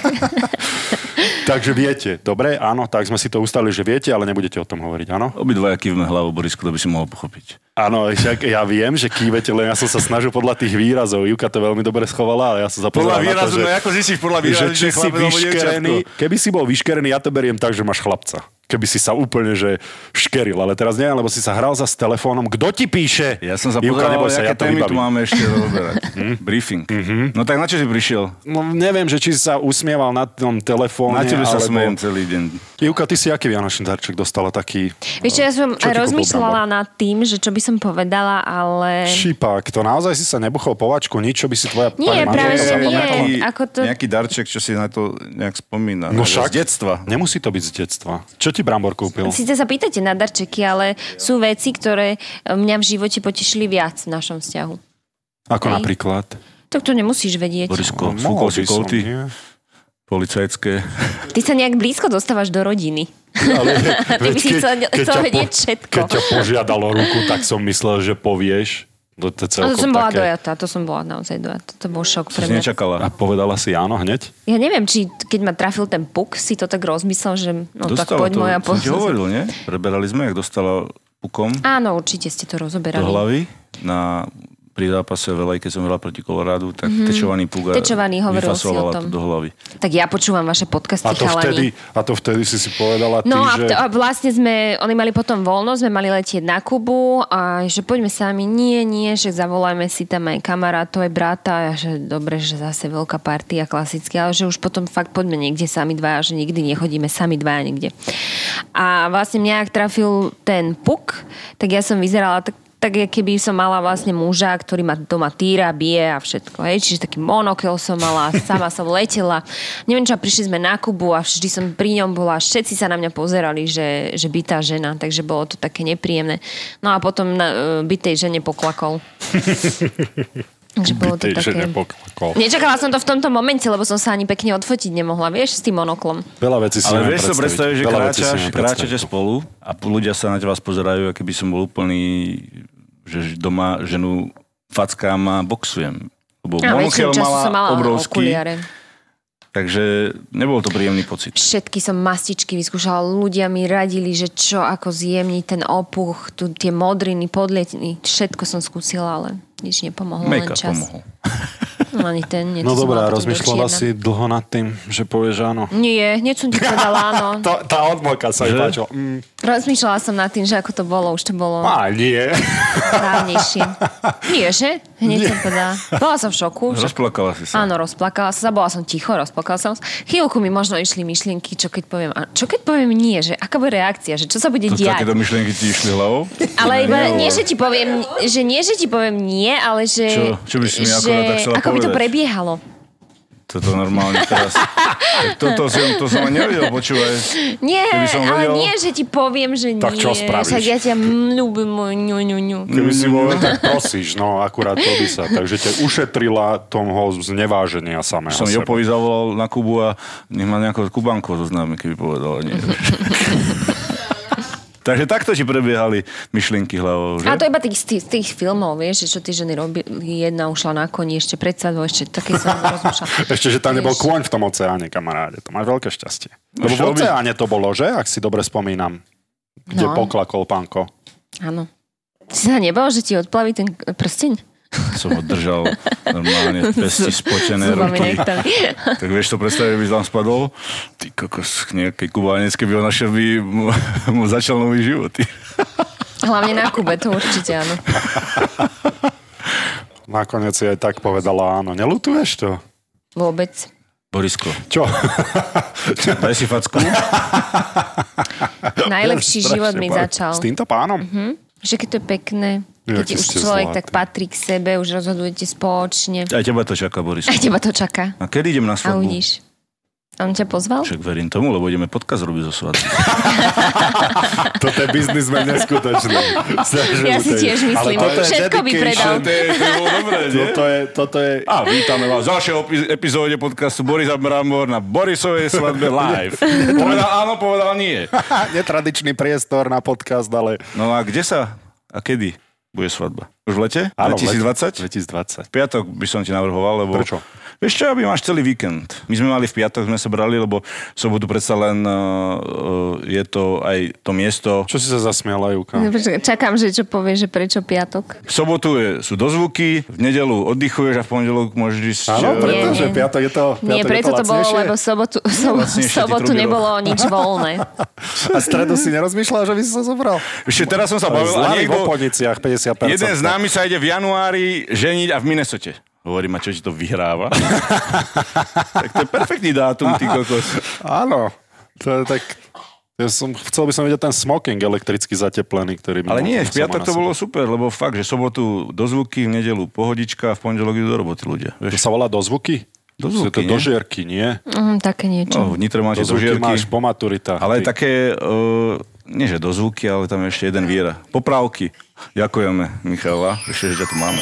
[SPEAKER 3] Takže viete, dobre, áno, tak sme si to ustali, že viete, ale nebudete o tom hovoriť, áno?
[SPEAKER 4] Obidvaja kývme hlavou, Borisku, to by si mohol pochopiť.
[SPEAKER 3] Áno, však ja viem, že kývete, len ja som sa snažil podľa tých výrazov. Juka to veľmi dobre schovala, ale ja som sa pozeral na to, že,
[SPEAKER 4] no zistíš podľa
[SPEAKER 3] že či si vyškerený. Keby si bol vyškerený, ja to beriem tak, že máš chlapca. Keby si sa úplne, že škeril. Ale teraz neviem, lebo si sa hral za s telefónom. Kto ti píše?
[SPEAKER 4] Ja som sa
[SPEAKER 3] Júka,
[SPEAKER 4] pozeral,
[SPEAKER 3] neboj sa,
[SPEAKER 4] aké
[SPEAKER 3] ja to
[SPEAKER 4] témy tu
[SPEAKER 3] vybavím.
[SPEAKER 4] máme ešte rozoberať.
[SPEAKER 3] Mhm.
[SPEAKER 4] Briefing. No tak na čo si prišiel?
[SPEAKER 3] No, neviem, že či si sa usmieval na tom telefóne.
[SPEAKER 4] Na tebe sa
[SPEAKER 3] alebo...
[SPEAKER 4] smejem celý deň.
[SPEAKER 3] Júka, ty si aký vianočný darček dostala taký
[SPEAKER 2] Vieš čo, ja som
[SPEAKER 3] Čo ti kúpil
[SPEAKER 2] rozmýšľala nad tým, že čo by som povedala, ale...
[SPEAKER 3] šípak? To naozaj si sa nebuchol povačku, nič, čo by si tvoja
[SPEAKER 2] Nie,
[SPEAKER 3] pani
[SPEAKER 2] práve,
[SPEAKER 3] manželka
[SPEAKER 2] že nie.
[SPEAKER 3] zapamätala?
[SPEAKER 4] Nejaký,
[SPEAKER 2] ako to-
[SPEAKER 4] nejaký darček, čo si na to nejak spomína.
[SPEAKER 3] No
[SPEAKER 4] že
[SPEAKER 3] však.
[SPEAKER 4] Z detstva.
[SPEAKER 3] Nemusí to byť z detstva. Čo ti Brambor kúpil?
[SPEAKER 2] Sice sa pýtate na darčeky, ale sú veci, ktoré mňa v živote potešili viac v našom vzťahu.
[SPEAKER 3] Ako
[SPEAKER 2] Hej.
[SPEAKER 3] napríklad?
[SPEAKER 2] Tak to nemusíš vedieť.
[SPEAKER 4] Borisko,
[SPEAKER 3] No,
[SPEAKER 4] fúkol
[SPEAKER 3] mohol
[SPEAKER 4] si
[SPEAKER 3] by som,
[SPEAKER 4] kolty
[SPEAKER 3] nie?
[SPEAKER 4] policajské.
[SPEAKER 2] Ty sa nejak blízko dostávaš do rodiny.
[SPEAKER 3] Ale,
[SPEAKER 2] Ty by si
[SPEAKER 3] veď
[SPEAKER 2] chcel- chcel
[SPEAKER 3] ťa
[SPEAKER 2] vedieť všetko.
[SPEAKER 3] Keď ťa požiadalo ruku, tak som myslel, že povieš Do, to
[SPEAKER 2] No to som bola
[SPEAKER 3] také...
[SPEAKER 2] dojatá, to som bola naozaj dojatá. To bol šok
[SPEAKER 4] To
[SPEAKER 2] pre
[SPEAKER 4] si
[SPEAKER 2] mňa.
[SPEAKER 3] A
[SPEAKER 4] nečakala.
[SPEAKER 3] povedala si áno hneď?
[SPEAKER 2] Ja neviem, či keď ma trafil ten puk, si to tak rozmyslel, že no tak poď
[SPEAKER 4] to,
[SPEAKER 2] moja
[SPEAKER 4] som ti
[SPEAKER 2] pozornosť.
[SPEAKER 4] hovoril, nie? Preberali sme, jak dostala pukom
[SPEAKER 2] Áno, určite ste to rozoberali.
[SPEAKER 4] do hlavy na pri zápase velej, keď som hral proti Kolorádu, tak mm-hmm. tečovaný puk a
[SPEAKER 2] Mhm. Tečovaný, hovoril si o
[SPEAKER 4] vyfasovala
[SPEAKER 2] tom.
[SPEAKER 4] to do hlavy.
[SPEAKER 2] Tak ja počúvam vaše podcasty,
[SPEAKER 3] A to,
[SPEAKER 2] chalani.
[SPEAKER 3] vtedy, a to vtedy si si povedala ty,
[SPEAKER 2] No a,
[SPEAKER 3] že...
[SPEAKER 2] vt- a vlastne sme, oni mali potom voľno, sme mali letieť na Kubu a že poďme sami, nie, nie, že zavolajme si tam aj kamarátov, aj brata a že dobre, že zase veľká partia klasicky, ale že už potom fakt poďme niekde sami dva, že nikdy nechodíme sami dva nikde. A vlastne mňa ak trafil ten puk, tak ja som vyzerala tak tak jak keby som mala vlastne muža, ktorý ma doma týra, bije a všetko. Hej? Čiže taký monokel som mala, sama som letela. Neviem čo, a prišli sme na Kubu a vždy som pri ňom bola, všetci sa na mňa pozerali, že, že bytá žena, takže bolo to také nepríjemné. No a potom na, e, bytej žene poklakol. takže bolo to
[SPEAKER 3] Ty, že
[SPEAKER 2] také...
[SPEAKER 3] nepoklakol.
[SPEAKER 2] Nečakala som to v tomto momente, lebo som sa ani pekne odfotiť nemohla, vieš, s tým monoklom.
[SPEAKER 3] Veľa vecí si
[SPEAKER 4] Ale
[SPEAKER 3] neviem
[SPEAKER 4] vieš sa predstaviť, že
[SPEAKER 3] Veľa vecí si
[SPEAKER 4] kráčaš,
[SPEAKER 3] neviem predstaviť.
[SPEAKER 4] kráčate spolu a p- ľudia sa na teba pozerajú, aký by som bol úplný, že ž- doma ženu fackám a boxujem.
[SPEAKER 2] A
[SPEAKER 4] Lebo
[SPEAKER 2] väčšinu
[SPEAKER 4] monokel
[SPEAKER 2] času
[SPEAKER 4] mala,
[SPEAKER 2] som mala
[SPEAKER 4] obrovský,
[SPEAKER 2] okuliare.
[SPEAKER 4] takže nebol to príjemný pocit.
[SPEAKER 2] Všetky som mastičky vyskúšala, ľudia mi radili, že čo, ako zjemniť ten opuch, tu tie modriny, podlietiny, všetko som skúsila, ale nič nepomohlo, len
[SPEAKER 4] Make-up
[SPEAKER 2] čas.
[SPEAKER 4] pomohol.
[SPEAKER 2] No, <laughs> ani ten, nie, to
[SPEAKER 3] No
[SPEAKER 2] Mm, som
[SPEAKER 3] dobrá,
[SPEAKER 2] mala potom
[SPEAKER 3] rozmýšľala
[SPEAKER 2] do čierna.
[SPEAKER 3] si dlho nad tým, že povieš áno.
[SPEAKER 2] Nie, nie som ti povedala, <laughs>
[SPEAKER 3] <laughs>
[SPEAKER 2] áno.
[SPEAKER 3] Tá, tá odmoka sa mi
[SPEAKER 4] Že?
[SPEAKER 3] páčila. Mm,
[SPEAKER 2] Rozmýšľala som nad tým, že ako to bolo, už to bolo
[SPEAKER 3] á,
[SPEAKER 2] <laughs>
[SPEAKER 3] nie.
[SPEAKER 2] správnejšie. Nie, že? Hneď som povedala. Bola som v šoku. však-
[SPEAKER 4] Rozplakala si sa.
[SPEAKER 2] Áno, rozplakala sa, bola som ticho, rozplakala som. sa. Chvíľku mi možno išli myšlienky, čo keď poviem, a čo keď poviem nie, že aká bude reakcia, že čo sa bude
[SPEAKER 4] To,
[SPEAKER 2] diať.
[SPEAKER 4] takéto myšlienky ti išli hlavou?
[SPEAKER 2] Ale iba,
[SPEAKER 4] Ne,
[SPEAKER 2] nie, že ti poviem, že nie, že ti poviem nie, ale že...
[SPEAKER 4] Čo? Čo by si mi akorát tak chcela
[SPEAKER 2] Ako by to
[SPEAKER 4] povedať?
[SPEAKER 2] prebiehalo.
[SPEAKER 4] Toto normálne
[SPEAKER 2] <laughs>
[SPEAKER 4] teraz. Toto som, to som ani nevedel, počúvaj.
[SPEAKER 2] Nie,
[SPEAKER 4] Keby som
[SPEAKER 2] ale
[SPEAKER 4] vedel-
[SPEAKER 2] nie, že ti poviem, že
[SPEAKER 3] Tak
[SPEAKER 2] nie.
[SPEAKER 3] čo spravíš?
[SPEAKER 2] Však ja ťa mľúbim, môj ňu, ňu, ňu.
[SPEAKER 4] Hm.
[SPEAKER 3] Keby si bol tak prosíš, no akurát to by sa. Takže te ušetrila tomho zneváženia samého
[SPEAKER 4] Som
[SPEAKER 3] seba.
[SPEAKER 4] Jopovi zavolal na Kubu a nech ma nejakého Kubanko zoznámi, keby
[SPEAKER 2] <laughs>
[SPEAKER 4] povedal. Nie. Takže takto ti prebiehali myšlienky hlavou, že?
[SPEAKER 2] A to iba tých, tých, tých filmov, vieš, že čo tie ženy robili. Jedna ušla na koni, ešte pred sadou, ešte také som rozmýšľala.
[SPEAKER 4] <laughs>
[SPEAKER 3] Ešte, že tam nebol
[SPEAKER 2] Vieš.
[SPEAKER 3] kôň v tom oceáne, kamaráde. To máš veľké šťastie. Lebo v
[SPEAKER 4] Ešte obi-
[SPEAKER 3] oceáne to bolo, že? Ak si dobre spomínam.
[SPEAKER 2] No.
[SPEAKER 3] Kde poklakol pánko.
[SPEAKER 2] Áno. Si sa nebal, že ti odplaví ten k- prsteň?
[SPEAKER 4] Som ho držal normálne, pesti spotené
[SPEAKER 2] Zubami
[SPEAKER 4] ruky.
[SPEAKER 2] nechtami.
[SPEAKER 4] Tak vieš to predstaviť, by tam spadol? Ty kokos, nejaký Kubánec, keby ho našiel, by mu, <laughs> mu začal nový život. ty.
[SPEAKER 2] Hlavne na Kube, to určite áno.
[SPEAKER 3] Nakoniec si aj tak povedala áno. Nelutuješ to?
[SPEAKER 4] <laughs>
[SPEAKER 2] Vôbec.
[SPEAKER 4] Borisko,
[SPEAKER 3] Čo?
[SPEAKER 2] <laughs>
[SPEAKER 4] daj si facku.
[SPEAKER 2] Najlepší
[SPEAKER 3] Strašne
[SPEAKER 2] život mi
[SPEAKER 3] pár-
[SPEAKER 2] začal. Mhm.
[SPEAKER 3] S týmto pánom?
[SPEAKER 2] Že keď to je pekné, keď
[SPEAKER 3] Jaký
[SPEAKER 2] už
[SPEAKER 3] ste
[SPEAKER 2] človek
[SPEAKER 3] zlatý.
[SPEAKER 2] tak patrí k sebe, už rozhodujete spoločne.
[SPEAKER 4] Aj teba to čaká, Borisko.
[SPEAKER 2] A teba to čaká.
[SPEAKER 4] A kedy idem
[SPEAKER 2] A
[SPEAKER 4] na svadbu?
[SPEAKER 2] uvidíš. A on ťa pozval?
[SPEAKER 4] Však verím tomu, lebo ideme podcast robiť zo <laughs> svadby.
[SPEAKER 3] Toto je biznismen neskutočný.
[SPEAKER 2] <laughs> Ja si tiež myslím,
[SPEAKER 3] Ale toto je
[SPEAKER 2] všetko by predal.
[SPEAKER 3] dedication. <laughs> Toto je, toto je...
[SPEAKER 4] A vítame vás v ďalšej opi- epizóde podcastu Boris a Brambor na Borisovej svadbe live. Povedal áno, povedal nie.
[SPEAKER 3] netradičný priestor na podcast, ale...
[SPEAKER 4] No a kde sa a kedy bude svadba? Už v lete?
[SPEAKER 3] Áno, v lete.
[SPEAKER 4] 2020?
[SPEAKER 3] 2020.
[SPEAKER 4] piatok by som ti navrhoval, lebo...
[SPEAKER 3] Prečo?
[SPEAKER 4] Vieš čo, aby máš celý víkend. My sme mali v piatok, sme sa brali, lebo v sobotu predsa len uh, uh, je to aj to miesto.
[SPEAKER 3] Čo si sa zasmiala, Juka?
[SPEAKER 2] No, počkaj, Čakám, že čo povie, že prečo piatok.
[SPEAKER 4] V sobotu je, sú dozvuky, v nedelu oddychuješ a v pondelok môžeš ísť...
[SPEAKER 3] Áno,
[SPEAKER 4] eh,
[SPEAKER 2] preto-
[SPEAKER 3] pretože
[SPEAKER 2] nie.
[SPEAKER 3] piatok je to piatok
[SPEAKER 2] Nie,
[SPEAKER 3] je
[SPEAKER 2] preto to bolo,
[SPEAKER 3] lacnejšie.
[SPEAKER 2] lebo v sobotu, v sobotu,
[SPEAKER 4] Lacnejšie
[SPEAKER 2] v
[SPEAKER 4] ti
[SPEAKER 2] sobotu
[SPEAKER 4] trubilo.
[SPEAKER 2] nebolo nič
[SPEAKER 3] <laughs>
[SPEAKER 2] voľné.
[SPEAKER 3] A stredu si nerozmýšľal, že by si sa zobral?
[SPEAKER 4] Ešte teraz som sa bavil a
[SPEAKER 3] Zlali v
[SPEAKER 4] niekto,
[SPEAKER 3] Oponiciach 50%.
[SPEAKER 4] jeden z nami sa ide v januári ženiť a v Minnesote. Hovorím, a čo ti
[SPEAKER 3] <laughs>
[SPEAKER 4] to vyhráva? tak to je perfektný dátum, ty kokos.
[SPEAKER 3] Áno. To je tak... Ja som, chcel by som vidieť ten smoking elektricky zateplený, ktorý... by mal
[SPEAKER 4] Ale nie, v
[SPEAKER 3] som
[SPEAKER 4] piatok
[SPEAKER 3] na
[SPEAKER 4] to
[SPEAKER 3] sebe.
[SPEAKER 4] bolo super, lebo fakt, že sobotu dozvuky, v nedelu pohodička a v pondelok idú do roboty ľudia.
[SPEAKER 3] To
[SPEAKER 4] Vieš,
[SPEAKER 3] sa volá dozvuky?
[SPEAKER 4] Dozvuky,
[SPEAKER 3] to
[SPEAKER 4] nie?
[SPEAKER 3] dožierky, nie?
[SPEAKER 2] Mm, také niečo.
[SPEAKER 3] Oh,
[SPEAKER 4] no, v Nitre máte
[SPEAKER 3] Dozvuky
[SPEAKER 4] dožierky,
[SPEAKER 3] máš po maturitách.
[SPEAKER 4] ale
[SPEAKER 3] ty.
[SPEAKER 4] také, uh, nie že dozvuky, ale tam je ešte jeden viera. Poprávky. Ďakujeme, Michala, ešte, že ťa tu máme.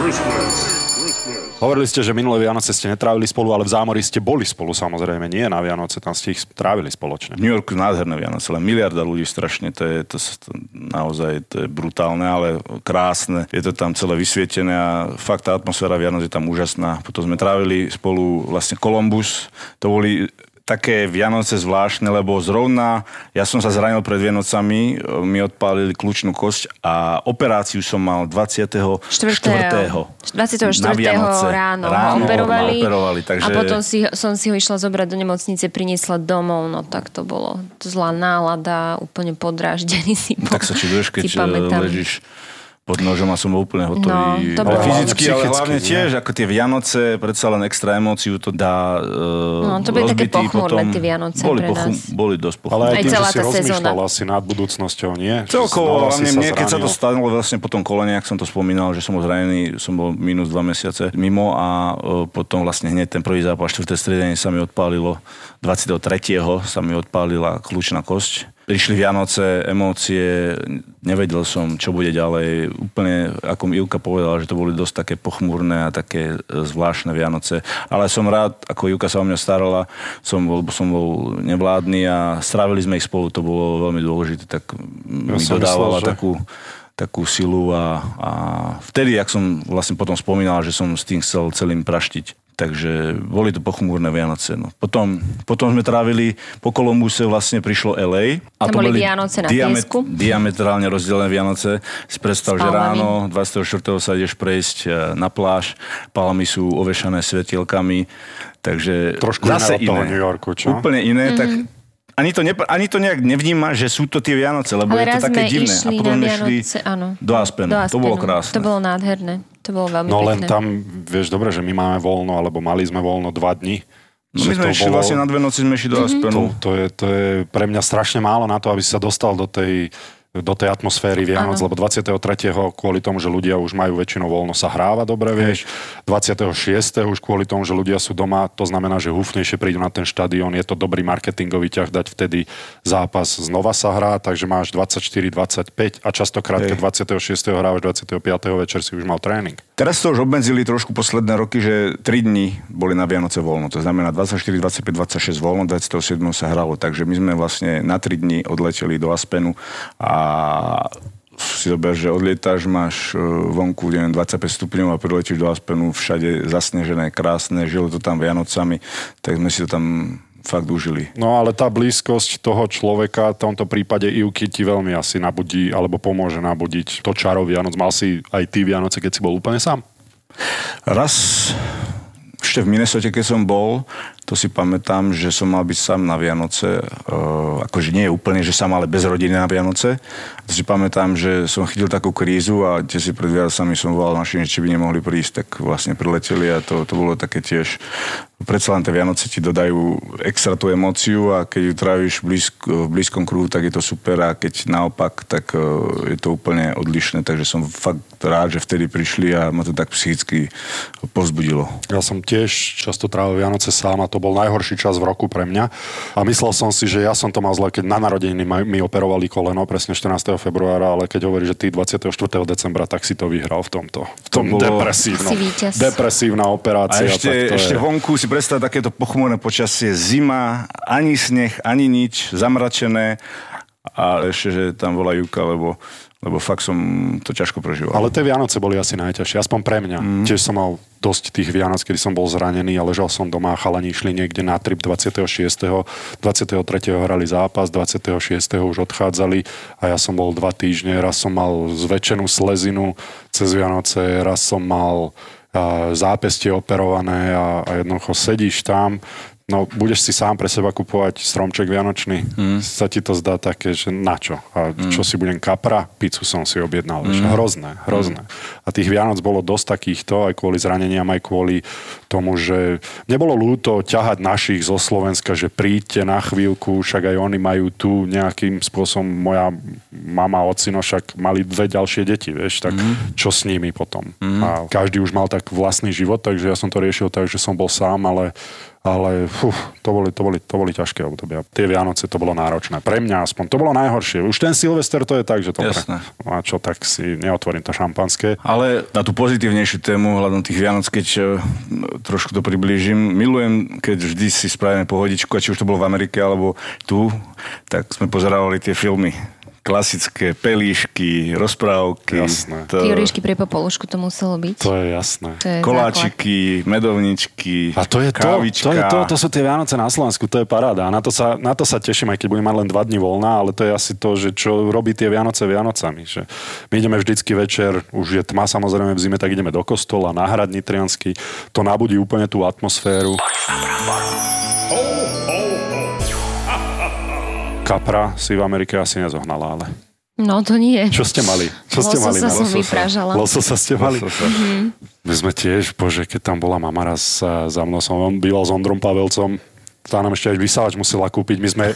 [SPEAKER 6] Christmas. Christmas.
[SPEAKER 3] Hovorili ste, že minulé Vianoce ste netrávili spolu, ale v zámori ste boli spolu samozrejme. Nie na Vianoce, tam ste ich trávili spoločne.
[SPEAKER 4] V New Yorku nádherné Vianoce, len miliarda ľudí strašne, to je to, s- to, naozaj to je brutálne, ale krásne. Je to tam celé vysvietené a fakt tá atmosféra Vianoc je tam úžasná. Potom sme trávili spolu vlastne Columbus, to boli také Vianoce zvláštne, lebo zrovna ja som sa zranil pred Vienocami, mi odpálili kľúčnú kosť a operáciu som mal 24.
[SPEAKER 2] 4. 24.
[SPEAKER 4] Na Vianoce.
[SPEAKER 2] ráno,
[SPEAKER 4] Ráno
[SPEAKER 2] ho operovali,
[SPEAKER 4] ma operovali,
[SPEAKER 2] a
[SPEAKER 4] takže-
[SPEAKER 2] potom si, som si ho išla zobrať do nemocnice, priniesla domov, no tak to bolo to zlá nálada, úplne podráždený si po,
[SPEAKER 4] No Tak sa čuduješ,
[SPEAKER 2] si
[SPEAKER 4] keď eh,
[SPEAKER 2] pamätám.
[SPEAKER 4] ležíš pod nožom a som bol úplne hotový.
[SPEAKER 2] No, to bolo-
[SPEAKER 4] ale fyzicky, ale
[SPEAKER 3] Psychicky,
[SPEAKER 4] hlavne
[SPEAKER 3] nie?
[SPEAKER 4] tiež, ako tie Vianoce, predsa len extra emóciu to dá uh,
[SPEAKER 2] No, to boli také pochmúrne tie Vianoce
[SPEAKER 4] boli,
[SPEAKER 2] pre nás.
[SPEAKER 4] boli dosť pochmúrne.
[SPEAKER 3] Ale aj,
[SPEAKER 2] Aj
[SPEAKER 3] tým, že
[SPEAKER 2] celá
[SPEAKER 3] si
[SPEAKER 2] tá
[SPEAKER 3] rozmýšľal
[SPEAKER 2] sezóna.
[SPEAKER 3] asi nad budúcnosťou, nie? Že
[SPEAKER 4] Celkovo,
[SPEAKER 3] znova si
[SPEAKER 4] hlavne mne, keď sa to
[SPEAKER 3] zranil.
[SPEAKER 4] stalo vlastne po tom kolene, ak som to spomínal, že som bol zranený, som bol minus dva mesiace mimo a e, potom vlastne hneď ten prvý zápas, štvrté striedanie sa mi odpálilo, 23. sa mi odpálila kľúčna kosť. Prišli Vianoce, emócie, nevedel som, čo bude ďalej. Úplne, ako mi Ivka povedala, že to boli dosť také pochmúrne a také e, zvláštne Vianoce. Ale som rád, ako Ivka sa o mňa starala, som bol, som bol nevládny a strávili sme ich spolu, to bolo veľmi dôležité, tak
[SPEAKER 3] Ja
[SPEAKER 4] mi
[SPEAKER 3] som
[SPEAKER 4] dodávala
[SPEAKER 3] myslel, že-
[SPEAKER 4] takú, takú silu a, a vtedy, ak som vlastne potom spomínal, že som s tým chcel celým praštiť. Takže boli to pochmúrne Vianoce. No. Potom, potom sme trávili, po Kolumbuse vlastne prišlo LA.
[SPEAKER 2] Tam boli Vianoce na piesku.
[SPEAKER 4] Diametrálne rozdelené Vianoce. Si predstav,
[SPEAKER 2] S
[SPEAKER 4] že
[SPEAKER 2] palmami.
[SPEAKER 4] ráno 24. sa ideš prejsť e, na pláž, palmy sú ovešané svetielkami, takže
[SPEAKER 3] Trošku iné
[SPEAKER 4] zase
[SPEAKER 3] od toho
[SPEAKER 4] iné.
[SPEAKER 3] New Yorku, čo?
[SPEAKER 4] Úplne iné, mm-hmm. tak
[SPEAKER 2] Mhm.
[SPEAKER 4] ani to, nepr- ani to nejak nevníma, že sú to tie Vianoce, lebo
[SPEAKER 2] Ale
[SPEAKER 4] je to
[SPEAKER 2] raz sme
[SPEAKER 4] také divné.
[SPEAKER 2] išli
[SPEAKER 4] a potom
[SPEAKER 2] na
[SPEAKER 4] sme šli
[SPEAKER 2] Vianoce, áno.
[SPEAKER 4] do Aspenu.
[SPEAKER 2] do
[SPEAKER 4] To bolo
[SPEAKER 2] Aspenu.
[SPEAKER 4] krásne.
[SPEAKER 2] To bolo nádherné, to bolo veľmi
[SPEAKER 3] No
[SPEAKER 2] pekné.
[SPEAKER 3] len
[SPEAKER 4] eh,
[SPEAKER 3] tam, vieš dobre, že my máme voľno, alebo mali sme voľno dva dni.
[SPEAKER 4] no,
[SPEAKER 3] Že
[SPEAKER 4] my sme
[SPEAKER 3] to
[SPEAKER 4] išli
[SPEAKER 3] bolo-
[SPEAKER 4] vlastne na dve noci, sme
[SPEAKER 2] Mhm.
[SPEAKER 4] išli do Aspenu.
[SPEAKER 3] To, to, je, to je pre mňa strašne málo na to, aby si sa dostal do tej, do tej atmosféry Vianoc, lebo 23. kvôli tomu, že ľudia už majú väčšinou voľno, sa hráva dobre, vieš. 26. už kvôli tomu, že ľudia sú doma, to znamená, že húfnejšie prídu na ten štadión, je to dobrý marketingový ťah dať vtedy zápas znova sa hrá, takže máš 24, 25 a častokrát,
[SPEAKER 4] Hej.
[SPEAKER 3] keď 26. hrávaš 25. večer si už mal tréning.
[SPEAKER 4] Teraz to už obmedzili trošku posledné roky, že 3 dní boli na Vianoce voľno. To znamená 24, 25, 26 voľno, 27 sa hralo. Takže my sme vlastne na 3 dní odleteli do Aspenu a si zober, že odlietáš, máš e, vonku neviem, 25 stupňov a priletíš do Aspenu, všade zasnežené, krásne, žilo to tam Vianocami, tak sme si to tam fakt užili.
[SPEAKER 3] No ale tá blízkosť toho človeka, v tomto prípade Ivky ti veľmi asi nabudí, alebo pomôže nabudiť to čaro Vianoc. Mal si aj ty Vianoce, keď si bol úplne sám?
[SPEAKER 4] Raz ešte v Minnesote, keď som bol, to si pamätám, že som mal byť sám na Vianoce, uh, akože nie úplne, že sám, ale bez rodiny na Vianoce. To si pamätám, že som chytil takú krízu a tie si pred Vianocami som volal našim, či by nemohli prísť, tak vlastne prileteli a to, to bolo také tiež. Predsa len tie Vianoce ti dodajú extra tú emóciu a keď ju tráviš blízko, v blízkom kruhu, tak je to super a keď naopak, tak eh, je to úplne odlišné. Takže som fakt rád, že vtedy prišli a ma to tak psychicky pozbudilo.
[SPEAKER 3] Ja som tiež často trávil Vianoce sám a to bol najhorší čas v roku pre mňa. A myslel som si, že ja som to mal zle, keď na narodeniny ma- mi operovali koleno, presne 14. februára, ale keď hovorí, že ty 24. decembra, tak si to vyhral v tomto. V tom
[SPEAKER 4] bolo-
[SPEAKER 3] depresívnom.
[SPEAKER 2] Si víťaz.
[SPEAKER 3] Depresívna
[SPEAKER 4] A
[SPEAKER 3] operácia.
[SPEAKER 4] ešte,
[SPEAKER 3] tak to
[SPEAKER 4] ešte
[SPEAKER 3] je.
[SPEAKER 4] vonku si predstav takéto pochmúrne počasie, zima, ani sneh, ani nič, zamračené a ešte, že tam bola Juka, lebo, lebo fakt som to ťažko prežíval.
[SPEAKER 3] Ale tie Vianoce boli asi najťažšie, aspoň pre mňa. Mm. Tiež som mal dosť tých Vianoc, kedy som bol zranený a ležal som doma a chalani išli niekde na trip 26. 23. hrali zápas, 26. už odchádzali a ja som bol dva týždne, raz som mal zväčšenú slezinu cez Vianoce, raz som mal a, zápestie operované a, a jednoducho sedíš tam, no budeš si sám pre seba kupovať stromček vianočný, mm. sa ti to zdá také, že na čo? A čo si budem kapra? Pizzu som si objednal. Mm. Hrozné, hrozné. A tých Vianoc bolo dosť takýchto, aj kvôli zraneniam, aj kvôli tomu, že nebolo ľúto ťahať našich zo Slovenska, že príďte na chvíľku, však aj oni majú tu nejakým spôsobom, moja mama, ocino, však mali dve ďalšie deti, vieš, tak čo s nimi Mm. potom? A každý už mal tak vlastný život, takže ja som to riešil tak, že som bol sám, ale Ale fú, to, boli, to, boli, to boli ťažké obdobia. Tie Vianoce to bolo náročné. Pre mňa aspoň. To bolo najhoršie. Už ten Silvester to je tak, že to
[SPEAKER 4] Jasné.
[SPEAKER 3] Pre... A čo, tak si neotvorím to šampanské.
[SPEAKER 4] Ale na tú pozitívnejšiu tému hľadom tých Vianoc, keď eh, trošku to priblížim, milujem, keď vždy si spravíme pohodičku, a či už to bolo v Amerike alebo tu, tak sme pozerávali tie filmy. Klasické pelíšky, rozprávky.
[SPEAKER 3] Jasné.
[SPEAKER 4] To,
[SPEAKER 2] Tie oriešky pri popolušku to muselo byť.
[SPEAKER 3] To je jasné.
[SPEAKER 2] To je
[SPEAKER 4] koláčiky, medovničky,
[SPEAKER 3] A to je to,
[SPEAKER 4] kávička.
[SPEAKER 3] to, je to, to sú tie Vianoce na Slovensku, to je paráda. A na to, sa, na to sa teším, aj keď budem mať len dva dní voľná, ale to je asi to, že čo robí tie Vianoce Vianocami. Že my ideme vždycky večer, už je tma samozrejme v zime, tak ideme do kostola, na hrad Nitriansky, to nabudí úplne tú atmosféru. Kapra si v Amerike asi nezohnala, ale...
[SPEAKER 2] No to nie.
[SPEAKER 3] Čo ste mali? Čo ste mali?
[SPEAKER 2] Lososa
[SPEAKER 3] na-
[SPEAKER 2] som
[SPEAKER 4] lososa?
[SPEAKER 2] vypražala.
[SPEAKER 3] Lososa ste mali?
[SPEAKER 4] Lososa.
[SPEAKER 3] My sme tiež, bože, keď tam bola mama raz a za mnou, som on býval s Ondrom Pavelcom, tá nám ešte aj vysávač musela kúpiť, my sme...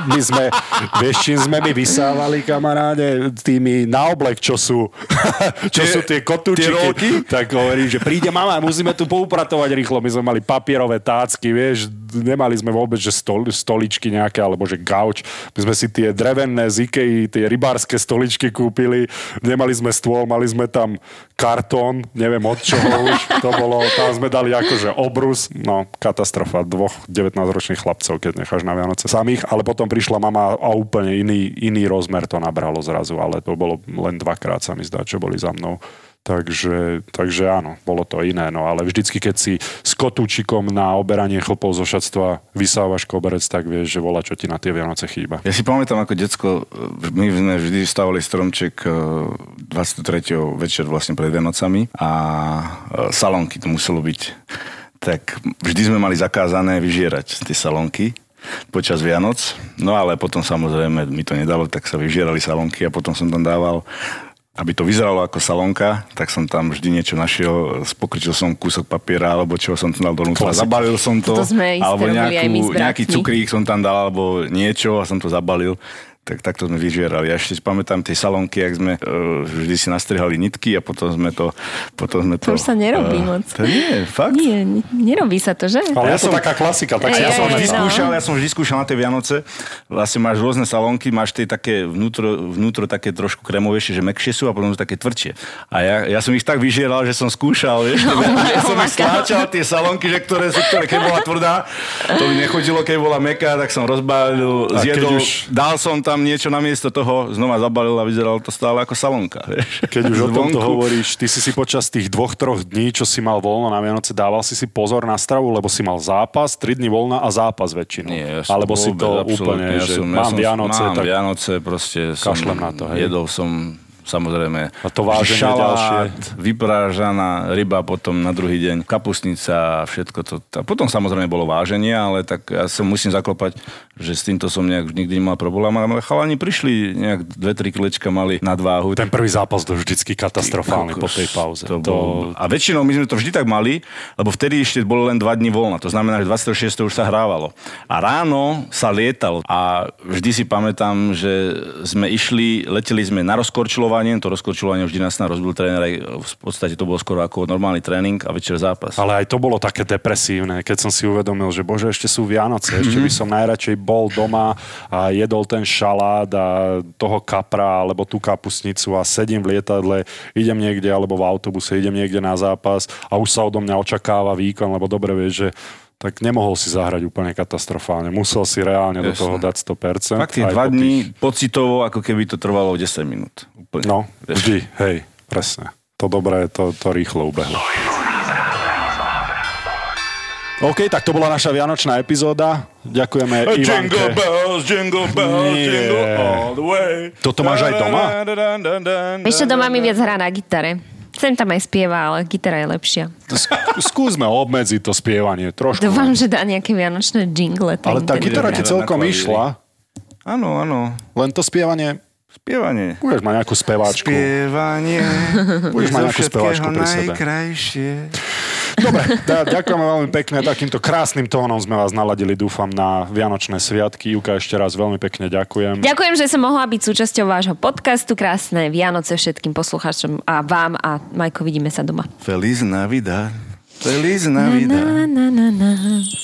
[SPEAKER 3] My sme, vieš, čím sme my vysávali, kamaráde, tými na oblek, čo sú, <laughs> čo
[SPEAKER 4] Tie-
[SPEAKER 3] sú tie
[SPEAKER 4] tie rolky?
[SPEAKER 3] kotúčiky. Tak hovorím, že príde mama, musíme tu poupratovať rýchlo. My sme mali papierové tácky, vieš, nemali sme vôbec, že stol, stoličky nejaké, alebo že gauč. My sme si tie drevené z Ikei, tie rybárske stoličky kúpili. Nemali sme stôl, mali sme tam kartón, neviem od čoho už to bolo. Tam sme dali akože obrus. No, katastrofa dvoch 19-ročných chlapcov, keď necháš na Vianoce samých. Ale potom prišla mama a úplne iný, iný rozmer to nabralo zrazu. Ale to bolo len dvakrát sa mi zdá, čo boli za mnou. Takže, takže áno, bolo to iné, no ale vždycky, keď si s kotúčikom na oberanie chlpov zo šatstva vysávaš koberec, tak vieš, že volá, čo ti na tie Vianoce chýba.
[SPEAKER 4] Ja si pamätám ako decko, eh, my sme vždy stavali stromček eh, 23. večer vlastne pred Vianocami a eh, salonky to muselo byť. Tak vždy sme mali zakázané vyžierať tie salonky počas Vianoc. No ale potom samozrejme mi to nedalo, tak sa vyžierali salonky a potom som tam dával aby to vyzeralo ako salonka, tak som tam vždy niečo našiel, spokrčil som kúsok papiera alebo čo som tam dal donútra,
[SPEAKER 3] Klasika.
[SPEAKER 4] zabalil som to,
[SPEAKER 2] Toto sme isté
[SPEAKER 4] alebo
[SPEAKER 2] robili aj my s
[SPEAKER 4] nejakú, nejaký
[SPEAKER 2] bratmi.
[SPEAKER 4] cukrík som tam dal alebo niečo a som to zabalil tak takto sme vyžierali. Ja ešte si pamätám tie salonky, ak sme uh, vždy si nastrihali nitky a potom sme to... Potom sme to,
[SPEAKER 2] To už sa nerobí
[SPEAKER 4] eh,
[SPEAKER 2] moc.
[SPEAKER 4] To nie,
[SPEAKER 2] <laughs>
[SPEAKER 4] fakt.
[SPEAKER 2] Nie, n- nerobí sa to, že?
[SPEAKER 3] Ale
[SPEAKER 4] Ja
[SPEAKER 3] ja, som
[SPEAKER 4] som-
[SPEAKER 3] taká klasika,
[SPEAKER 2] Ej,
[SPEAKER 3] tak si
[SPEAKER 4] Ja
[SPEAKER 3] ja
[SPEAKER 4] som
[SPEAKER 2] ej,
[SPEAKER 4] vždy
[SPEAKER 2] no.
[SPEAKER 4] skúšal, ja som vždy skúšal na tie Vianoce. Vlastne máš rôzne salónky, máš tie také vnútro, vnútro také trošku kremovejšie, že mekšie sú a potom sú také tvrdšie. A ja, ja som ich tak vyžieral, že som skúšal,
[SPEAKER 3] <laughs>
[SPEAKER 4] vieš,
[SPEAKER 3] Oh
[SPEAKER 4] ja som ich stláčal tie salónky, že ktoré sú, ktoré keď bola tvrdá, to mi nechodilo, keď bola meká, tak som rozbalil,
[SPEAKER 3] A keď
[SPEAKER 4] zjedol,
[SPEAKER 3] už-
[SPEAKER 4] dal som tam niečo namiesto toho, znova zabalil a vyzeralo to stále ako salónka, vieš.
[SPEAKER 3] Keď už o tomto
[SPEAKER 4] Zvonku.
[SPEAKER 3] hovoríš, ty si si počas tých dvoch, troch dní, čo si mal voľno na Vianoce, dával si si pozor na stravu, lebo si mal zápas, tri dni voľna a zápas väčšinou.
[SPEAKER 4] Nie, ja som
[SPEAKER 3] Alebo si
[SPEAKER 4] vôbec,
[SPEAKER 3] to úplne,
[SPEAKER 4] absolútne, ja
[SPEAKER 3] že
[SPEAKER 4] som, ja
[SPEAKER 3] mám
[SPEAKER 4] som,
[SPEAKER 3] Vianoce,
[SPEAKER 4] mám
[SPEAKER 3] tak
[SPEAKER 4] Vianoce, proste som,
[SPEAKER 3] kašlem na to, hej.
[SPEAKER 4] jedol som samozrejme
[SPEAKER 3] A to váženie
[SPEAKER 4] šalát,
[SPEAKER 3] ďalšie.
[SPEAKER 4] vyprážaná ryba, potom na druhý deň kapusnica, všetko to. A potom samozrejme bolo váženie, ale tak ja sa musím zaklopať, že s týmto som nejak nikdy nemal problém, ale chalani prišli, nejak dve, tri kilečka mali nadváhu.
[SPEAKER 3] ten prvý zápas to vždycky katastrofálny po
[SPEAKER 4] Kokos,
[SPEAKER 3] tej pauze.
[SPEAKER 4] To bolo... A väčšinou my sme to vždy tak mali, lebo vtedy ešte bolo len 2 dní voľna. To znamená, že 26. už sa hrávalo. A ráno sa lietalo. A vždy si pamätám, že sme išli, leteli sme na rozkorčľovanie. To rozkorčľovanie vždy nás na rozbil tréner. aj V podstate to bolo skoro ako normálny tréning a večer zápas.
[SPEAKER 3] Ale aj to bolo také depresívne, keď som si uvedomil, že bože, ešte sú Vianoce,
[SPEAKER 4] Mhm.
[SPEAKER 3] ešte by som najradšej bol doma a jedol ten šalát a toho kapra alebo tú kapusnicu a sedím v lietadle, idem niekde alebo v autobuse, idem niekde na zápas a už sa odo mňa očakáva výkon, lebo dobre vieš, že tak nemohol si zahrať úplne katastrofálne. Musel si reálne do
[SPEAKER 4] Jasné.
[SPEAKER 3] toho dať 100%.
[SPEAKER 4] Fakt tie
[SPEAKER 3] aj
[SPEAKER 4] dva
[SPEAKER 3] po tých-
[SPEAKER 4] dní pocitovo, ako keby to trvalo 10 minút. Úplne.
[SPEAKER 3] No,
[SPEAKER 4] Vieš.
[SPEAKER 3] vždy, hej, presne. To dobré, to, to rýchlo ubehlo. OK, tak to bola naša vianočná epizóda. Ďakujeme
[SPEAKER 4] Jingle
[SPEAKER 3] Ivanke.
[SPEAKER 4] bells, jingle bells,
[SPEAKER 3] Nie.
[SPEAKER 4] jingle all the way.
[SPEAKER 3] Toto máš aj doma?
[SPEAKER 2] Vieš čo, doma mi viac hrá na gitare. Sem tam aj spieva, ale gitara je lepšia.
[SPEAKER 3] Sk- Skúsme obmedziť to spievanie trošku.
[SPEAKER 2] Dúfam, že dá nejaké vianočné jingle. tam
[SPEAKER 3] Ale tá
[SPEAKER 2] teda.
[SPEAKER 3] gitara ti celkom išla,
[SPEAKER 4] Áno, áno.
[SPEAKER 3] len to spievanie,
[SPEAKER 4] Spievanie.
[SPEAKER 3] budeš mať nejakú speváčku.
[SPEAKER 4] Spievanie.
[SPEAKER 3] Budeš
[SPEAKER 4] je
[SPEAKER 3] mať
[SPEAKER 4] zo
[SPEAKER 3] nejakú speváčku
[SPEAKER 4] všetkého
[SPEAKER 3] pri sebe.
[SPEAKER 4] Najkrajšie.
[SPEAKER 3] Dobre, teda ďakujeme veľmi pekne. Takýmto krásnym tónom sme vás naladili, dúfam, na Vianočné sviatky. Juka, ešte raz veľmi pekne ďakujem.
[SPEAKER 2] Ďakujem, že som mohla byť súčasťou vášho podcastu. Krásne Vianoce všetkým poslucháčom a vám a Majko, vidíme sa doma.
[SPEAKER 4] Feliz Navidad. Feliz Navidad.
[SPEAKER 2] Na, na, na, na.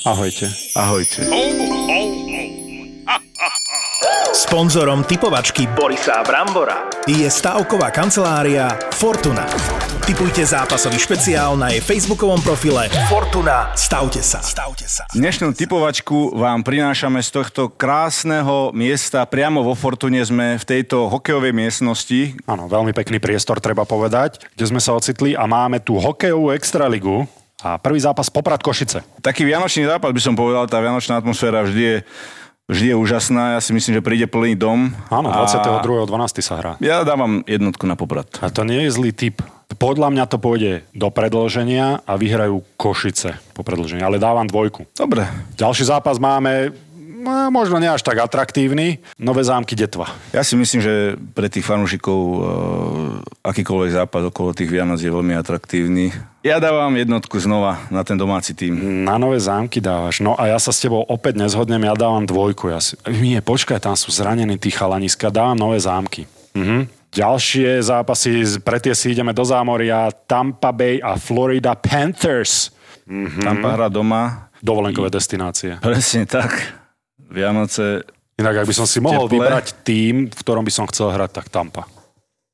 [SPEAKER 3] Ahojte.
[SPEAKER 4] Ahojte.
[SPEAKER 6] Sponzorom typovačky
[SPEAKER 7] Borisa Brambora.
[SPEAKER 6] je stavková kancelária Fortuna. Typujte zápasový špeciál na jej facebookovom profile Fortuna. Stavte sa. Stavte sa.
[SPEAKER 4] Dnešnú typovačku vám prinášame z tohto krásneho miesta. Priamo vo Fortune sme v tejto hokejovej miestnosti.
[SPEAKER 3] Áno, veľmi pekný priestor, treba povedať, kde sme sa ocitli a máme tu hokejovú extraligu a prvý zápas Poprad Košice.
[SPEAKER 4] Taký vianočný západ by som povedal, tá vianočná atmosféra vždy je, vždy je úžasná. Ja si myslím, že príde plný dom.
[SPEAKER 3] Áno,
[SPEAKER 4] A
[SPEAKER 3] 22.12. sa hrá.
[SPEAKER 4] Ja dávam jednotku na Poprad.
[SPEAKER 3] A to nie je zlý typ. Podľa mňa to pôjde do predlženia a vyhrajú Košice po predlžení, ale dávam dvojku.
[SPEAKER 4] Dobre.
[SPEAKER 3] Ďalší zápas máme no, možno nie až tak atraktívny. Nové zámky Detva.
[SPEAKER 4] Ja si myslím, že pre tých fanúšikov e, akýkoľvek zápas okolo tých Vianoc je veľmi atraktívny. Ja dávam jednotku znova na ten domáci tým.
[SPEAKER 3] Na nové zámky dávaš. No a ja sa s tebou opäť nezhodnem, ja dávam dvojku. Ja si... Nie, počkaj, tam sú zranení tí chalaniska, dávam nové zámky. Mhm. Ďalšie zápasy, z- pre tie si ideme do zámoria. Tampa Bay a Florida Panthers.
[SPEAKER 4] Mm-hmm. Tampa hra doma.
[SPEAKER 3] Dovolenkové destinácie.
[SPEAKER 4] Presne tak. Vianoce
[SPEAKER 3] Inak, ak by som si mohol
[SPEAKER 4] Teple.
[SPEAKER 3] vybrať tým, v ktorom by som chcel hrať, tak Tampa.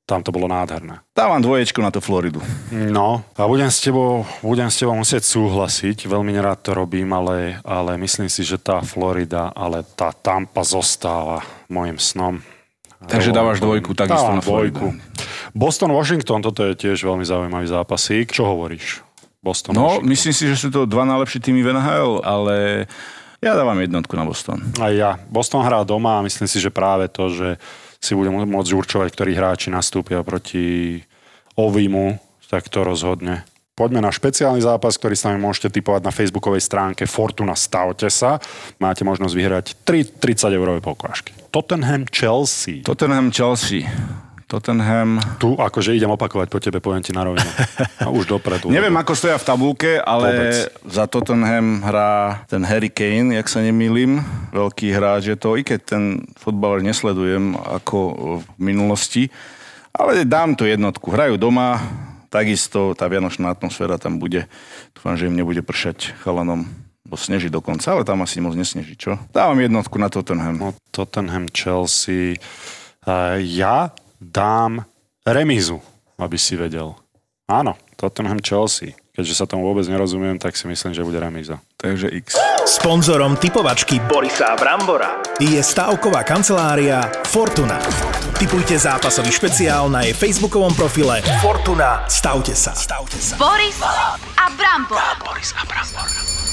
[SPEAKER 3] Tam to bolo nádherné.
[SPEAKER 4] Dávam dvoječku na tú Floridu.
[SPEAKER 3] No, a budem s tebou, budem s tebou musieť súhlasiť, veľmi nerád to robím, ale, ale myslím si, že tá Florida, ale tá Tampa zostáva môjim snom.
[SPEAKER 4] Takže dávaš dvojku takisto
[SPEAKER 3] Dávam
[SPEAKER 4] na Floridu.
[SPEAKER 3] dvojku. Boston, Washington, toto je tiež veľmi zaujímavý zápasík. Čo hovoríš? Boston,
[SPEAKER 4] No,
[SPEAKER 3] Washington.
[SPEAKER 4] myslím si, že sú to dva najlepší týmy v NHL, ale ja dávam jednotku na Boston.
[SPEAKER 3] Aj ja. Boston hrá doma a myslím si, že práve to, že si budem môcť určovať, ktorí hráči nastúpia proti Ovimu, tak to rozhodne. Poďme na špeciálny zápas, ktorý s nami môžete typovať na facebookovej stránke Fortuna Stavte sa. Máte možnosť vyhrať 3 30 eurové pokážky. Tottenham Chelsea. To...
[SPEAKER 4] Tottenham Chelsea. Tottenham...
[SPEAKER 3] Tu akože idem opakovať po tebe, poviem ti na rovinu. A už dopredu.
[SPEAKER 4] Neviem, ako stoja v tabulke, ale Vôbec. za Tottenham hrá ten Harry Kane, jak sa nemýlim. Veľký hráč je to, i keď ten fotbaler nesledujem ako v minulosti. Ale dám tu jednotku. Hrajú doma, takisto tá vianočná atmosféra tam bude. Dúfam, že im nebude pršať chalanom. Bo sneží dokonca, ale tam asi moc nesneží, čo? Dávam jednotku na Tottenham.
[SPEAKER 3] No, Tottenham, Chelsea. Eh, Ja dám remízu, aby si vedel. Áno, Tottenham, Chelsea. Keďže sa tomu vôbec nerozumiem, tak si myslím, že bude remíza.
[SPEAKER 4] Takže X.
[SPEAKER 6] Sponzorom typovačky
[SPEAKER 7] Borisa Brambora.
[SPEAKER 6] je stavková kancelária Fortuna. Typujte zápasový špeciál na jej facebookovom profile Fortuna. Stavte sa. Stavte sa.
[SPEAKER 1] Boris a Brambo.
[SPEAKER 7] Boris a Brambor.